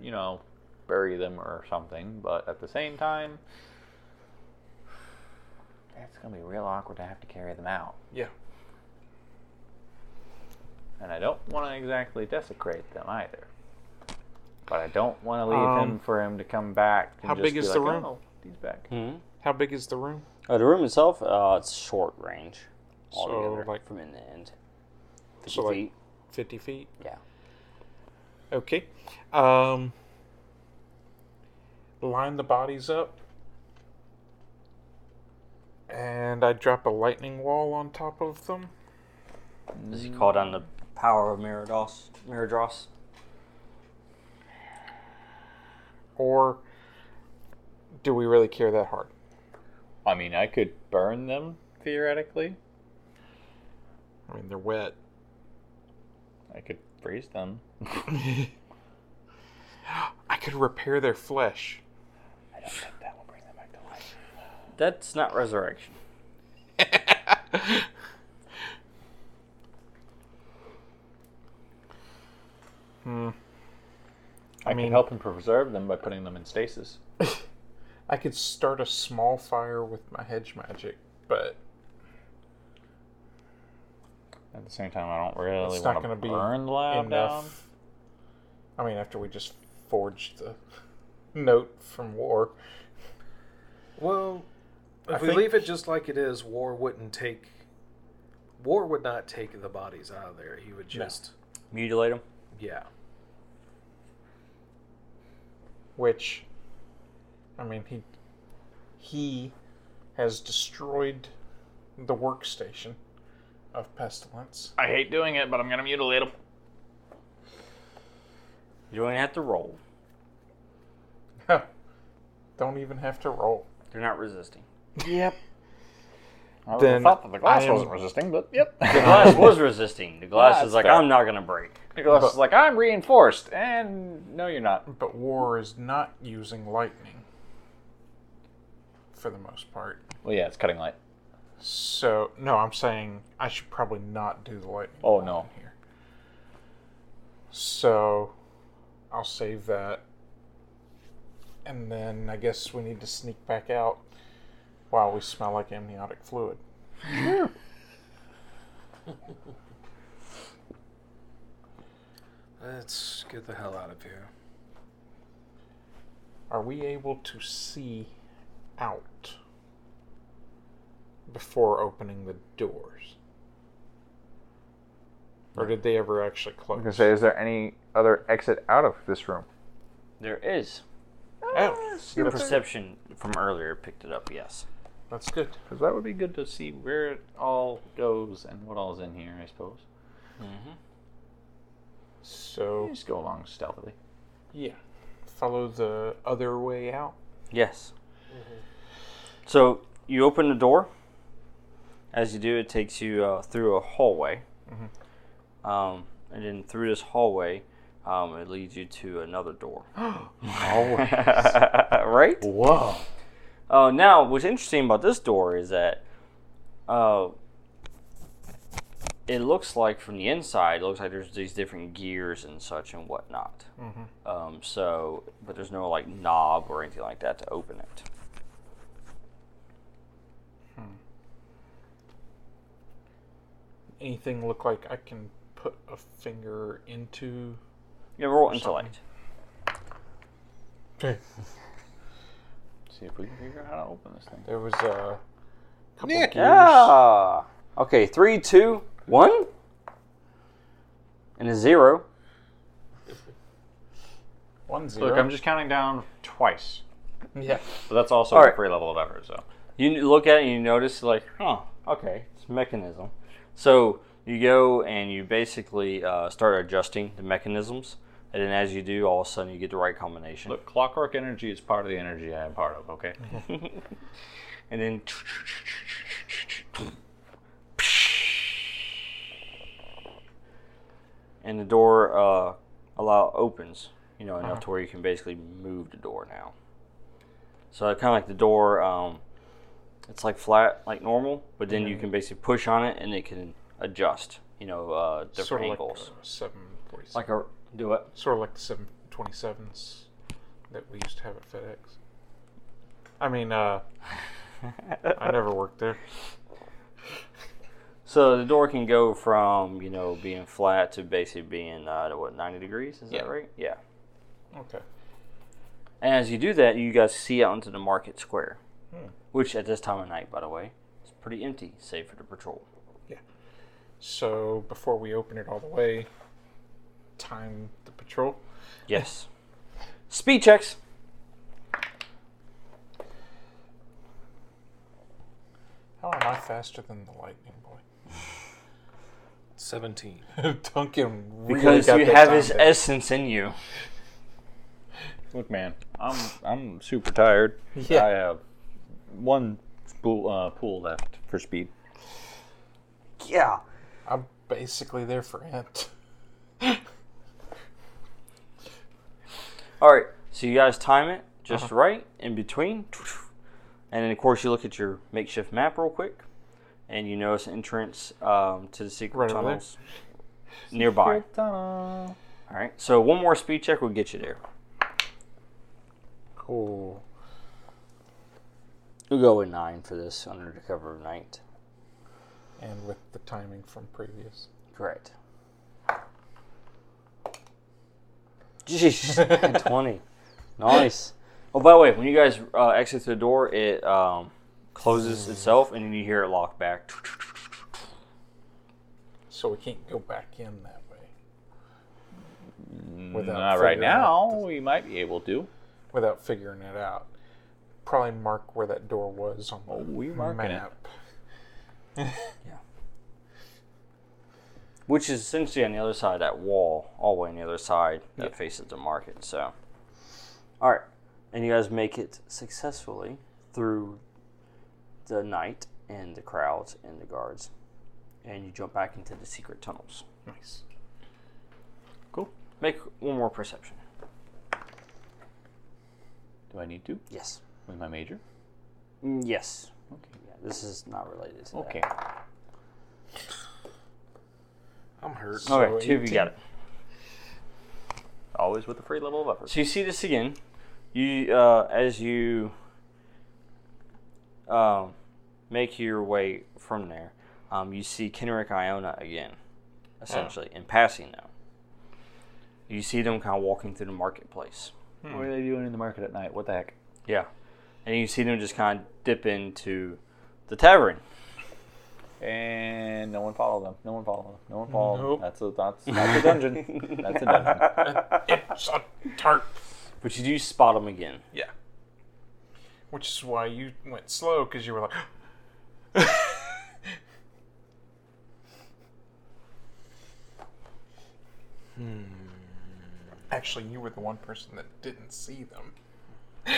you know, bury them or something, but at the same time, that's going to be real awkward to have to carry them out. Yeah. and I don't want to exactly desecrate them either. But I don't want to leave him Um, for him to come back. And how just big be is like, the room? "Oh, he's back. How big is the room? Uh, the room itself, uh, it's short range altogether like- from end to end. 50 So, like- feet. 50 feet? Yeah. Okay. Um, line the bodies up. And I drop a lightning wall on top of them. Does he call down the power of Mirados? Miradros? Or do we really care that hard? I mean, I could burn them theoretically. I mean, they're wet. I could freeze them. I could repair their flesh. I don't think that will bring them back to life. That's not resurrection. I, mean, mean- could help him preserve them by putting them in stasis. I could start a small fire with my hedge magic, but At the same time, I don't really it's not want to going to be burn the lab down. enough. I mean, after we just forged the note from war, Well, if I we think- leave it just like it is, War wouldn't take. War would not take the bodies out of there. He would just. Mutilate him. Yeah. which, I mean, he he has destroyed the workstation of pestilence. I hate doing it, but I'm going to mutilate them. You don't even have to roll. Don't even have to roll. They're not resisting. I Then then thought that the glass I am- wasn't resisting, but yep. The glass was resisting. The glass That's is like, fair. I'm not going to break. The glass is like, I'm reinforced, and no, you're not. But war is not using lightning for the most part. Well, yeah, it's cutting light. So no, I'm saying I should probably not do the lightning. Oh, bolt no. in Here. So I'll save that, and then I guess we need to sneak back out while we smell like amniotic fluid. Let's get the hell out of here. Are we able to see out before opening the doors? Or did they ever actually close? is there any other exit out of this room? There is. oh, Your perception from earlier picked it up, yes. that's good. Because that would be good to see where it all goes and what all's in here, I suppose. So You just go along stealthily. Yeah. Follow the other way out. Yes. So you open the door. As you do, it takes you uh, through a hallway. Um, and then through this hallway, um, it leads you to another door. right? Whoa. Uh, now, what's interesting about this door is that uh, it looks like from the inside, it looks like there's these different gears and such and whatnot. Um, so, but there's no like knob or anything like that to open it. Anything look like I can put a finger into? Yeah, roll intellect. See if we can figure out how to open this thing. There was a couple gears. Yeah. Okay, three, two, one, and a zero. One zero. Look, I'm just counting down twice. yeah. But that's also All right. a free level of effort, so. You n- look at it and you notice like, huh, okay, it's a mechanism. So you go and you basically uh, start adjusting the mechanisms, and then as you do, all of a sudden you get the right combination. Look, clockwork energy is part of the energy I am part of, okay? Mm-hmm. and then and the door uh allow opens you know enough to where you can basically move the door now so kind of like the door um it's like flat like normal but then you can basically push on it and it can adjust you know uh different Sort of like angles a seven forty. like a do it sort of like the seven twenty sevens that we used to have at FedEx. I mean, uh, I never worked there. So the door can go from you know being flat to basically being uh, to what ninety degrees. Is that right? Yeah. Okay. And as you do that, you guys see out into the market square, Hmm. which at this time of night, by the way, is pretty empty, save for the patrol. So before we open it all the way, time the patrol. Yes. Speed checks. How am I faster than the lightning boy? 17. Duncan really Because got you that have time his down. essence in you. Look, man, I'm I'm super tired. Yeah. I have one spool, uh, pool left for speed. Yeah. I'm basically there for Ant. All right. So you guys time it just Uh-huh. right in between, and then of course you look at your makeshift map real quick, and you notice an entrance um, to the secret Right over there. tunnels nearby. All right. So one more speed check will get you there. Cool. We'll go with nine for this under the cover of night. And with the timing from previous. Correct. Jeez, 20. Nice. Oh, by the way, when you guys uh, exit through the door, it um, closes itself, and then you hear it lock back. So we can't go back in that way. Without Not right figuring now. out- We might be able to. without figuring it out. Probably mark where that door was on the we marking it. map. which is essentially on the other side of that wall, all the way on the other side that faces the market. So, all right, and you guys make it successfully through the night and the crowds and the guards, and you jump back into the secret tunnels. Nice. Cool. Make one more perception. Do I need to? Yes. With my major? Mm, Yes. Okay. Yeah, this is not related. To Okay. I'm hurt. That. Okay. Two of you got it. Always with a free level of effort. So you see this again. You uh, as you um, make your way from there, um, you see Kenrick Iona again, essentially in passing now. You see them kind of walking through the marketplace. What are they doing in the market at night? What the heck? Yeah, and you see them just kind of dip into the tavern. And no one followed them. No one followed them. No one followed Nope. them. That's a that's, that's a dungeon. that's a dungeon. It's a tarp. But you do spot them again. Yeah. Which is why you went slow because you were like, Actually, you were the one person that didn't see them.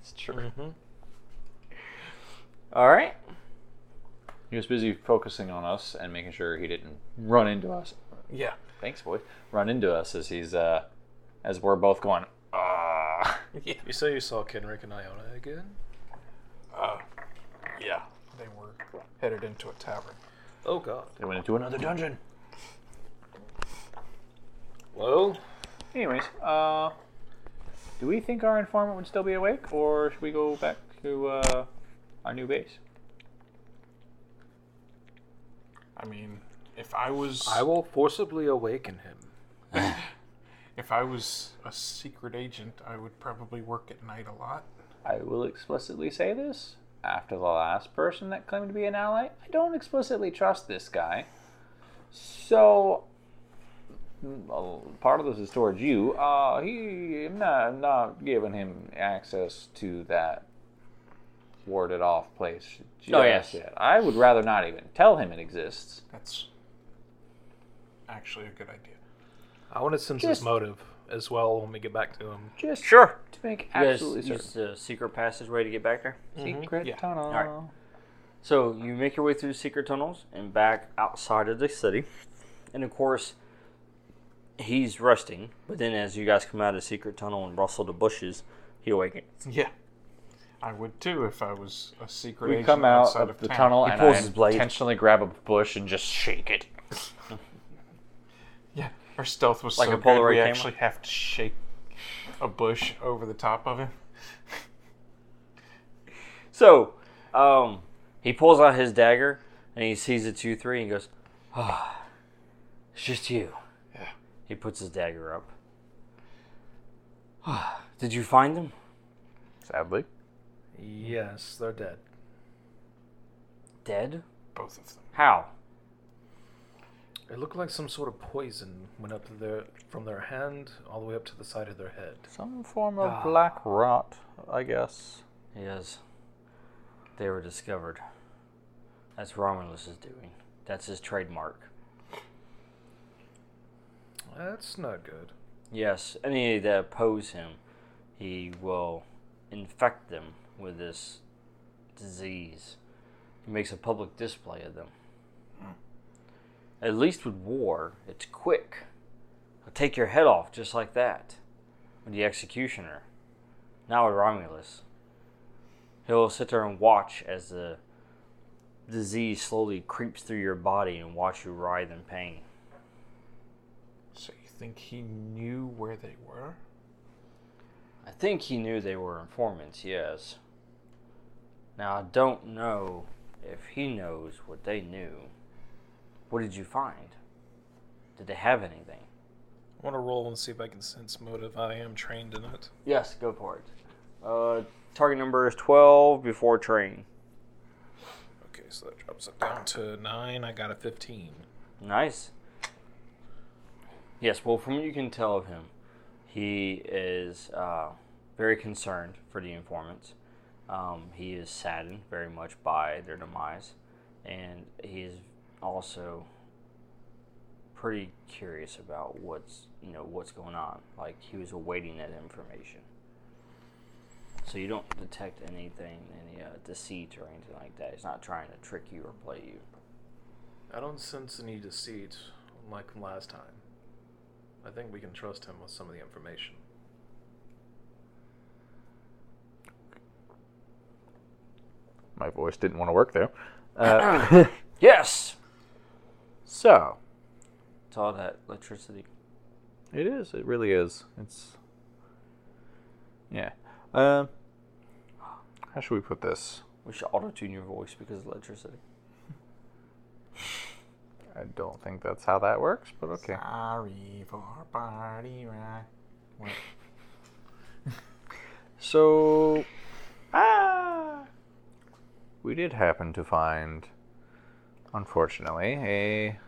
It's true. All right. He was busy focusing on us and making sure he didn't run into us. Yeah. Thanks, boy. Run into us as he's uh as we're both going. Ah. You say you saw Kenrick and Iona again? Ah. Yeah. They were headed into a tavern. Oh, God. They went into another dungeon. Well, Anyways, uh, do we think our informant would still be awake, or should we go back to uh, our new base? I mean, if I was I will forcibly awaken him. if I was a secret agent, I would probably work at night a lot. I will explicitly say this. After the last person that claimed to be an ally, I don't explicitly trust this guy. So, mm, well, part of this is towards you. Uh, he, I'm not, I'm not giving him access to that warded off place. Oh, yes. just yet. I would rather not even tell him it exists. That's actually a good idea. I want to sense Just- his motive as well when we get back to him. Just sure to make You guys absolutely certain. use the secret passageway to get back there. Secret Yeah. tunnel. Alright. So you make your way through secret tunnels and back outside of the city, and of course, he's resting. But then, as you guys come out of the secret tunnel and rustle the bushes, he awakens. Yeah. I would too if I was a secret We agent come out outside of the town. tunnel He and pulls I his blade. intentionally grab a bush and just shake it. Yeah, our stealth was Like so a good, Polaroid we camera? actually have to shake a bush over the top of him. So, um, he pulls out his dagger And he sees it's you three and goes, Ah, it's just you. Yeah. He puts his dagger up. Ah, did you find them? Sadly. Yes, they're dead. Dead? Both of them. How? It looked like some sort of poison went up their from their hand all the way up to the side of their head. Some form of black rot, I guess. Yes. They were discovered. That's what Romulus is doing. That's his trademark. That's not good. Yes, any that oppose him, he will infect them with this disease. He makes a public display of them. Hmm. At least with war, it's quick. He'll take your head off just like that. With the executioner. Not with Romulus. He'll sit there and watch as the disease slowly creeps through your body and watch you writhe in pain. So you think he knew where they were? I think he knew they were informants, yes. Now, I don't know if he knows what they knew. What did you find? Did they have anything? I want to roll and see if I can sense motive. I am trained in it. Yes, go for it. Uh, target number is 12 before train. Okay, so that drops it down to nine. I got a fifteen. Nice. Yes, well, from what you can tell of him, he is uh, very concerned for the informants. Um, he is saddened very much by their demise, and he is also pretty curious about what's you know what's going on. Like he was awaiting that information. So you don't detect anything, any uh, deceit or anything like that. He's not trying to trick you or play you. I don't sense any deceit like last time. I think we can trust him with some of the information. My voice didn't want to work there. Uh, Yes, so, it's all that electricity. it is. It really is. It's. Yeah. Um. how should we put this? We should auto tune your voice because of electricity. I don't think that's how that works, but okay. Sorry for party rock. What? So, ah, we did happen to find, unfortunately, a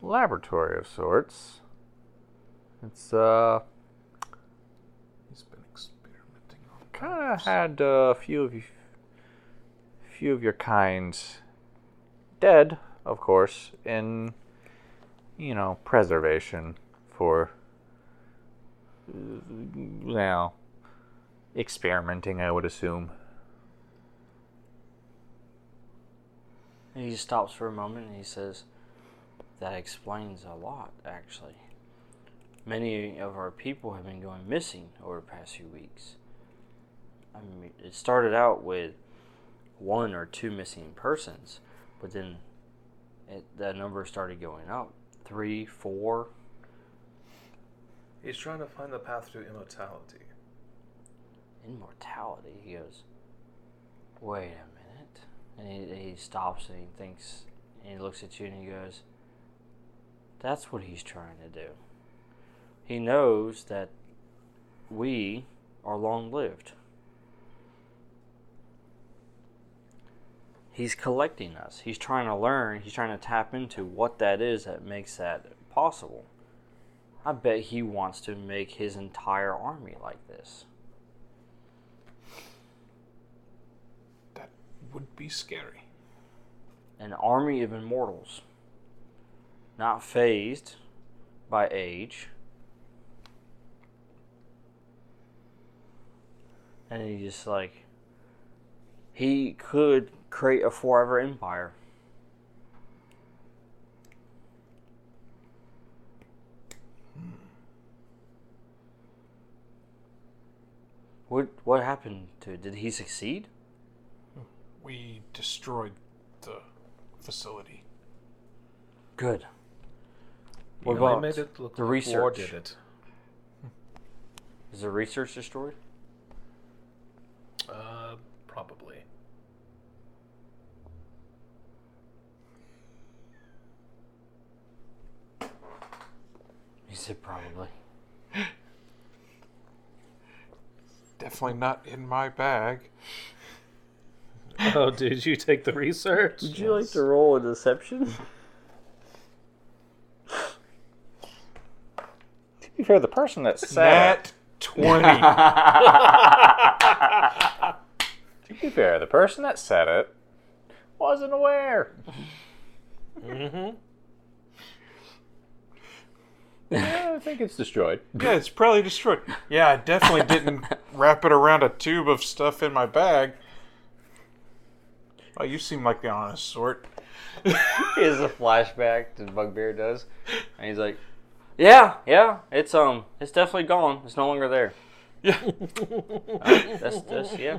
laboratory of sorts. It's uh He's been experimenting on Ah, kind of had a few of you, few of your kind dead, of course, in you know preservation for uh, now experimenting. I would assume. And he stops for a moment and he says, That explains a lot, actually. Many of our people have been going missing over the past few weeks. I mean, it started out with one or two missing persons, but then it, that number started going up three, four. He's trying to find the path to immortality. immortality. He goes, wait a minute. And he, he stops and he thinks, and he looks at you and he goes, that's what he's trying to do. He knows that we are long lived. He's collecting us. He's trying to learn. He's trying to tap into what that is that makes that possible. I bet he wants to make his entire army like this. That would be scary. an army of immortals, not phased by age. And he just like he could create a forever empire. What what happened to it? Did he succeed? We destroyed the facility. Good. You What know, he about made it look the like war research? did it. Is the research destroyed? Uh, probably. He said probably. Definitely not in my bag. Oh, did you take the research? Would you like to roll a deception? You've heard the person that said. Nat 20. To be fair, the person that said it wasn't aware. yeah, I think it's destroyed. yeah, it's probably destroyed. Yeah, I definitely didn't wrap it around a tube of stuff in my bag. Oh, you seem like the honest sort. is a flashback to Bugbear does, and he's like, "Yeah, yeah, it's um, it's definitely gone. It's no longer there." Yeah, that's that's yeah.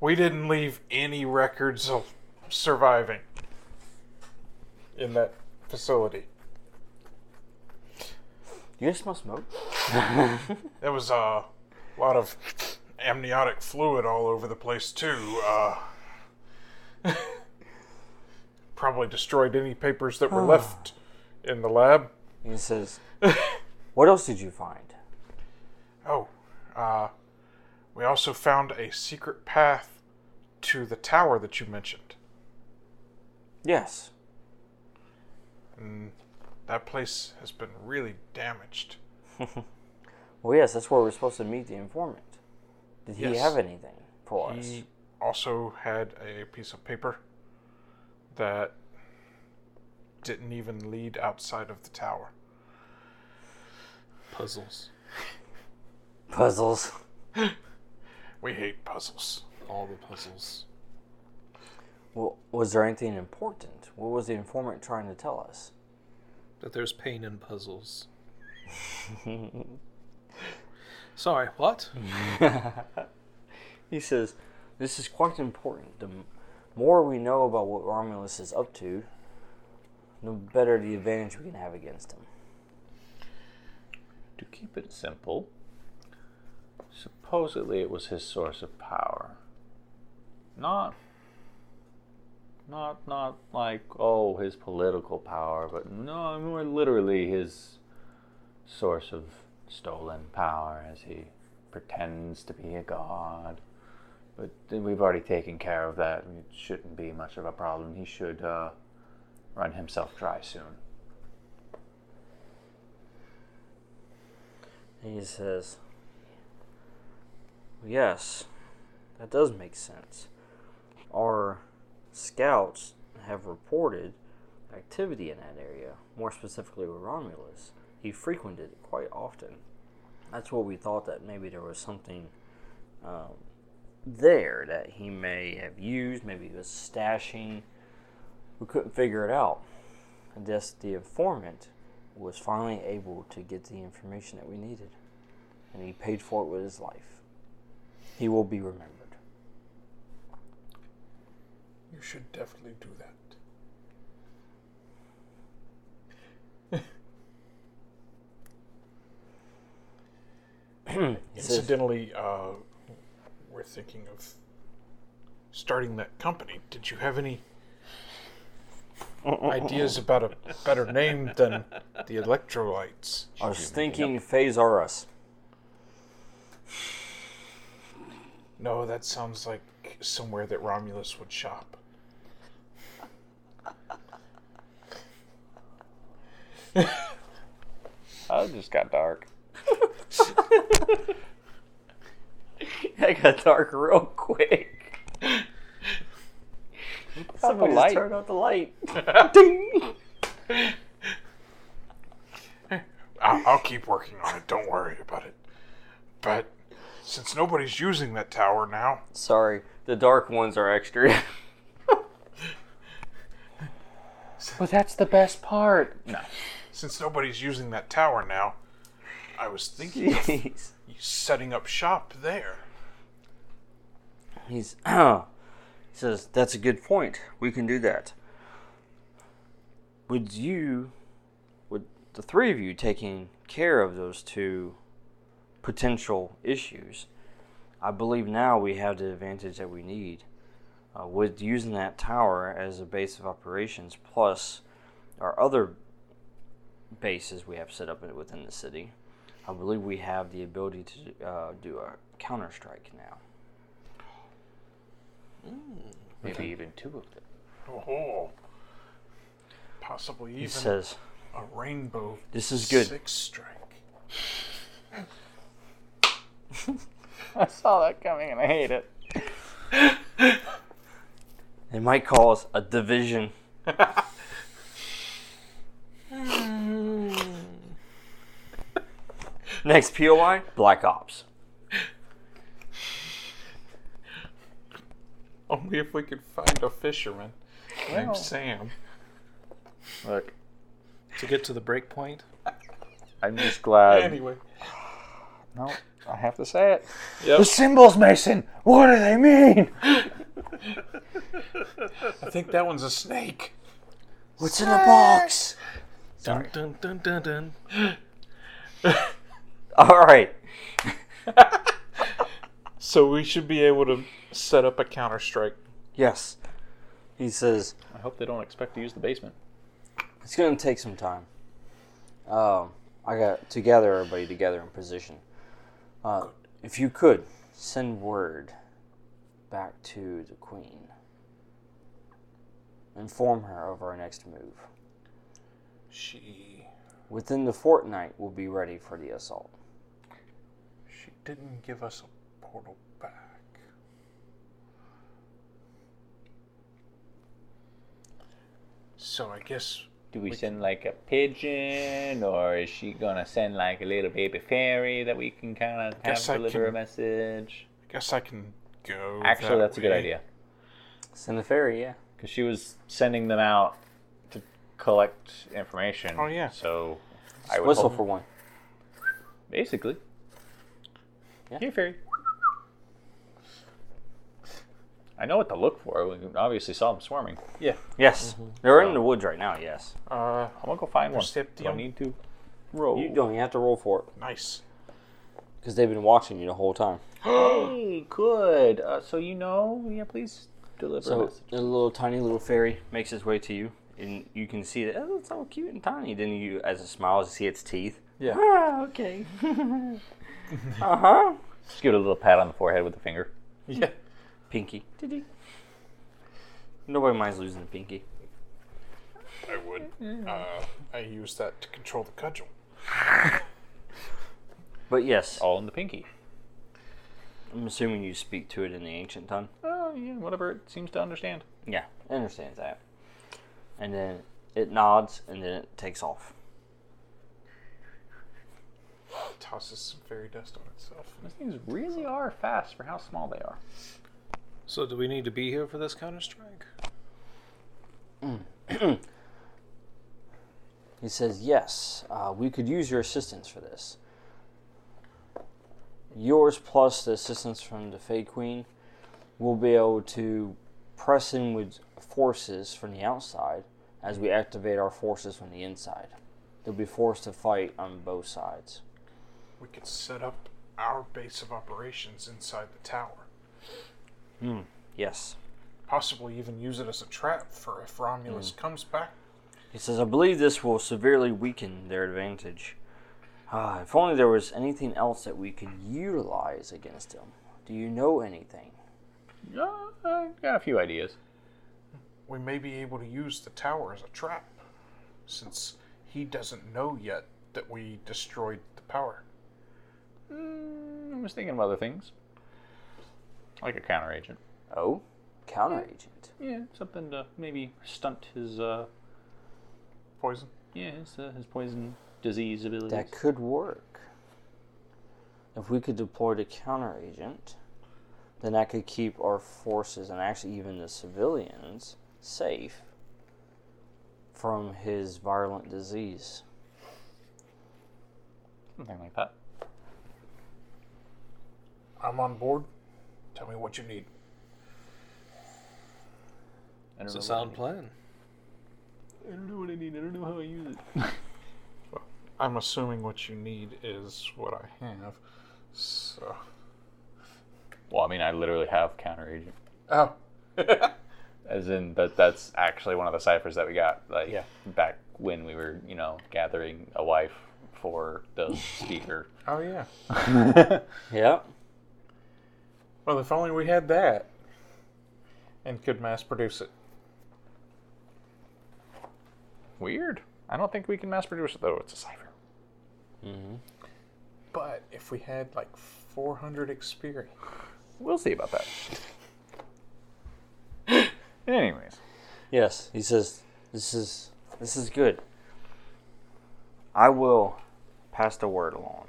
We didn't leave any records of surviving in that facility. You guys smell smoke? There was uh, a lot of amniotic fluid all over the place too. Uh, probably destroyed any papers that were left in the lab. He says, "What else did you find?" Oh, uh, we also found a secret path to the tower that you mentioned. Yes. That place has been really damaged. Well, yes, that's where we're supposed to meet the informant. Did he Yes. have anything for us? He also had a piece of paper that didn't even lead outside of the tower. Puzzles. Puzzles. We hate puzzles. All the puzzles. Well, was there anything important? What was the informant trying to tell us? That there's pain in puzzles. Sorry, what? He says, This is quite important. The m- more we know about what Romulus is up to, the better the advantage we can have against him. To keep it simple, supposedly it was his source of power. Not not not like oh his political power, but no more literally his source of stolen power as he pretends to be a god. But then we've already taken care of that. It shouldn't be much of a problem. He should uh, run himself dry soon. And he says, Yes, that does make sense. Our scouts have reported activity in that area, more specifically with Romulus. He frequented it quite often. That's what we thought that maybe there was something um, there that he may have used, maybe he was stashing. We couldn't figure it out. And thus the informant was finally able to get the information that we needed and he paid for it with his life. He will be remembered. You should definitely do that. He says, Incidentally, uh, we're thinking of starting that company. Did you have any ideas about a better name than the Electrolytes? I was thinking phase Phasarus. No, that sounds like somewhere that Romulus would shop. Oh, it just got dark. That got dark real quick. Somebody just light. turned out the light. I- I'll keep working on it. Don't worry about it. But since nobody's using that tower now, Sorry, the dark ones are extra. But that's the best part. No. since nobody's using that tower now, I was thinking of Jeez. setting up shop there. He's he says that's a good point. We can do that. Would you, would the three of you taking care of those two potential issues? I believe now we have the advantage that we need. Uh, with using that tower as a base of operations, plus our other bases we have set up in- within the city. I believe we have the ability to uh, do a counter strike now. Maybe even two of them. Oh, possibly He even says, a rainbow "This is good." six strike. I saw that coming and I hate it. It might cause a division. Next POI, Black Ops. Only if we could find a fisherman Oh. named Sam. Look, to get to the break point. I'm just glad. Anyway, No, I have to say it. Yep. The symbols, Mason. What do they mean? I think that one's a snake. What's in the box? Dun, dun, dun, dun, dun. All right. So we should be able to set up a counter strike. Yes. He says, I hope they don't expect to use the basement. It's gonna take some time. Um, I got to gather everybody together in position. Uh, if you could send word back to the queen, inform her of our next move. She Within the fortnight, we'll be ready for the assault. she didn't give us a portal back. So I guess Do we send like a pigeon, or is she gonna send like a little baby fairy that we can kind of have Guess I deliver a can- message? I guess I can go. Actually, that that's a good way. idea Send the fairy, yeah. because she was sending them out to collect information. Oh, yeah. So I would Whistle hope- for one. basically. Yeah. Here, fairy. I know what to look for. We obviously saw them swarming. Yes, they're in the woods right now. Yes, Uh, I'm gonna go find one. Do I Perceptium. need to roll? you don't. You have to roll for it nice. because they've been watching you the whole time. Hey, good. Uh, so you know, yeah, please deliver. a So message. a little tiny little fairy makes its way to you, and you can see that oh, it's all cute and tiny. Then you, as it smiles, you see its teeth. Yeah. Ah, okay. uh huh. Just give it a little pat on the forehead with the finger. Yeah. Pinky. Diddy. Nobody minds losing a pinky. I would. Uh, I use that to control the cudgel. But yes, All in the pinky. I'm assuming you speak to it in the ancient tongue. Oh, yeah, whatever it seems to understand. Yeah, it understands that. And then it nods, and then it takes off. Tosses some fairy dust on itself. Those things really are fast for how small they are. So, do we need to be here for this counter strike? He says, Yes, uh, we could use your assistance for this. Yours plus the assistance from the Fey Queen will be able to press in with forces from the outside as we activate our forces from the inside. They'll be forced to fight on both sides. We could set up our base of operations inside the tower. Yes. Possibly even use it as a trap for if Romulus Hmm. comes back. He says, I believe this will severely weaken their advantage. Ah, if only there was anything else that we could utilize against them. Do you know anything? Yeah, I got a few ideas. We may be able to use the tower as a trap, since he doesn't know yet that we destroyed the power. Mm, I was thinking of other things, like a counter agent. Oh, counteragent. Yeah, something to maybe stunt his uh, Poison. yeah, his, uh, his poison disease abilities. That could work. If we could deploy the counter agent, then that could keep our forces and actually even the civilians safe from his violent disease. Something like that. I'm on board. Tell me what you need. I don't It's know a what sound I plan. need. I don't know what I need. I don't know how I use it. I'm assuming what you need is what I have. So. Well, I mean, I literally have counter agent. Oh. as in that that's actually one of the ciphers that we got like Yeah. back when we were you know gathering a wife for the speaker Oh yeah. Yep. Well, if only we had that, and could mass produce it. weird i don't think we can mass produce it though it's a cipher But if we had like 400 experience, we'll see about that anyways Yes, he says this is this is good. I will pass the word along,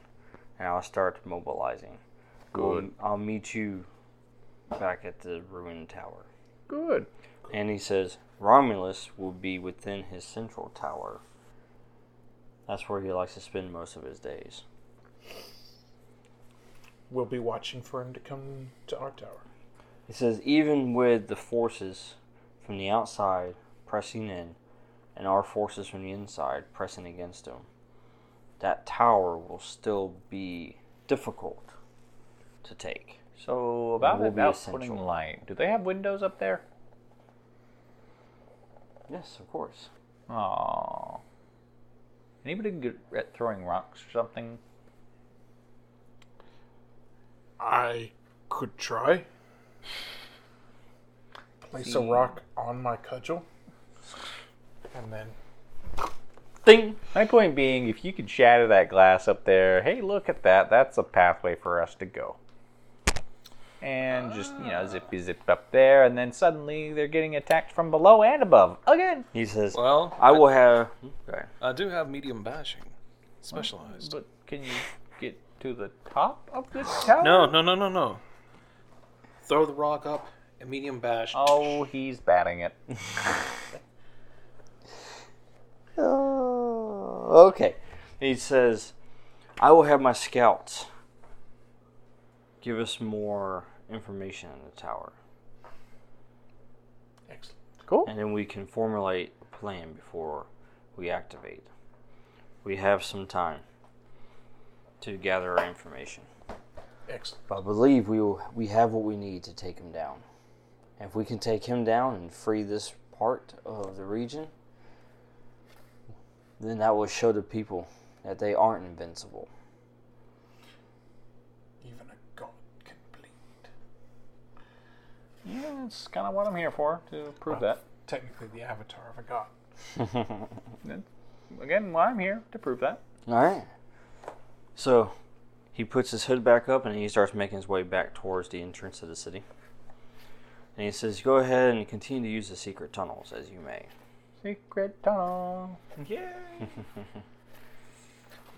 and I'll start mobilizing. Good. I'll, I'll meet you back at the ruined tower. good And he says Romulus will be within his central tower. That's where he likes to spend most of his days. we'll be watching for him to come to our tower. He says, even with the forces from the outside pressing in and our forces from the inside pressing against him, that tower will still be difficult to take. so about We'll we'll be outputting essential. light do they have windows up there Yes, of course. oh anybody good at throwing rocks or something I could try. Place a rock on my cudgel, and then Ding! My point being, if you could shatter that glass up there, hey, look at that. That's a pathway for us to go. And just, you know, zippy zip up there, and then suddenly they're getting attacked from below and above again. He says, Well, I will have. Okay. I do have medium bashing, specialized. But can you get to the top of this tower? No, no, no, no, no. Throw the rock up and medium bash. Oh, he's batting it. Oh, okay. He says, I will have my scouts give us more information on the tower, excellent. and then we can formulate a plan before we activate. We have some time to gather our information. Excellent. But I believe we will, we have what we need to take him down. And if we can take him down and free this part of the region, then that will show the people that they aren't invincible. Even a god can bleed. Yeah, that's kind of what I'm here for, to prove that. Technically, the avatar of a god. Again, why I'm here, to prove that. All right. So he puts his hood back up and he starts making his way back towards the entrance of the city. And he says, "Go ahead and continue to use the secret tunnels as you may." Secret tunnel.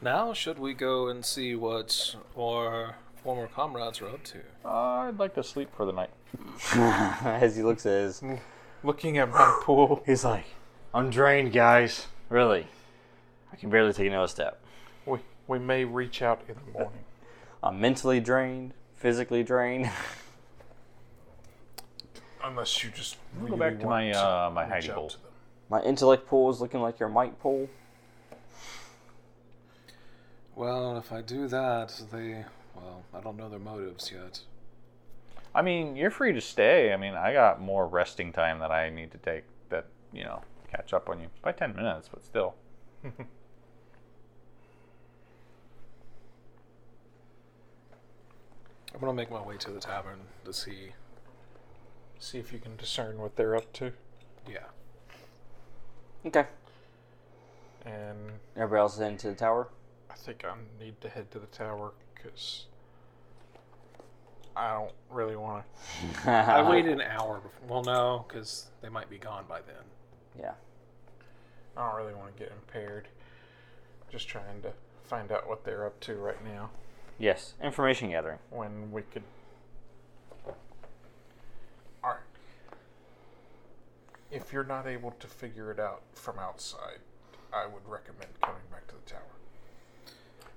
Now, should we go and see what our former comrades are up to? I'd like to sleep for the night. as he looks at his, Looking at my pool, he's like, "I'm drained, guys. Really, I can barely take another step. we, we may reach out in the morning. I'm mentally drained, physically drained." Unless you just really Go back to want my, uh, my reach hidey out hole. to them. My intellect pool is looking like your might pool. Well, if I do that, they. Well, I don't know their motives yet. I mean, you're free to stay. I mean, I got more resting time that I need to take that, you know, catch up on you by 10 minutes, but still. I'm gonna make my way to the tavern to see. See if you can discern what they're up to. Yeah. Okay. And Everybody else is into the tower. I think I need to head to the tower because I don't really want to. Uh, I waited an hour before. Well, no, because they might be gone by then. Yeah. I don't really want to get impaired. Just trying to find out what they're up to right now. Yes. Information gathering. When we could. Alright. If you're not able to figure it out from outside, I would recommend coming back to the tower.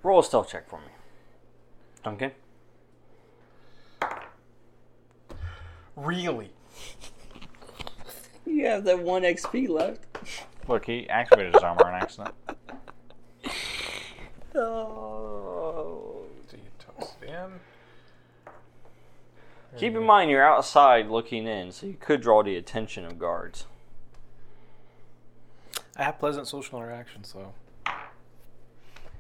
Roll a stealth check for me, Duncan. Really? You have that one XP left. Look, he activated his armor on accident. Oh. Do you toss it in? Keep in mind you're outside looking in, so you could draw the attention of guards. I have pleasant social interactions, though.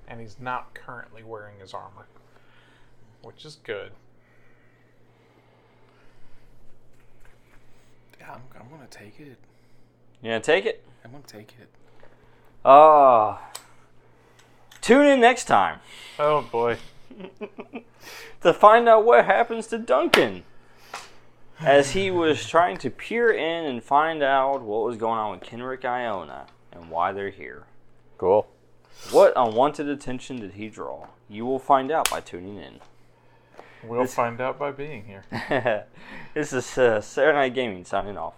and he's not currently wearing his armor, which is good. Yeah, I'm, I'm gonna take it. You gonna take it? I'm gonna take it. Uh tune in next time Oh boy. to find out what happens to Duncan. As he was trying to peer in and find out what was going on with Kenrick Iona and why they're here. Cool. What unwanted attention did he draw? You will find out by tuning in. We'll find out by being here. this is uh, Saturday Night Gaming signing off.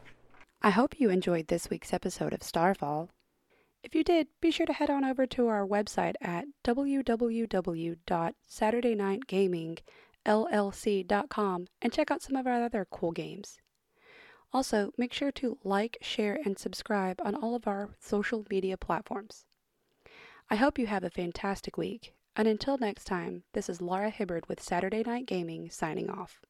I hope you enjoyed this week's episode of Starfall. If you did, be sure to head on over to our website at www.saturdaynightgamingllc.com and check out some of our other cool games. Also, make sure to like, share, and subscribe on all of our social media platforms. I hope you have a fantastic week, and until next time, this is Laura Hibbard with Saturday Night Gaming signing off.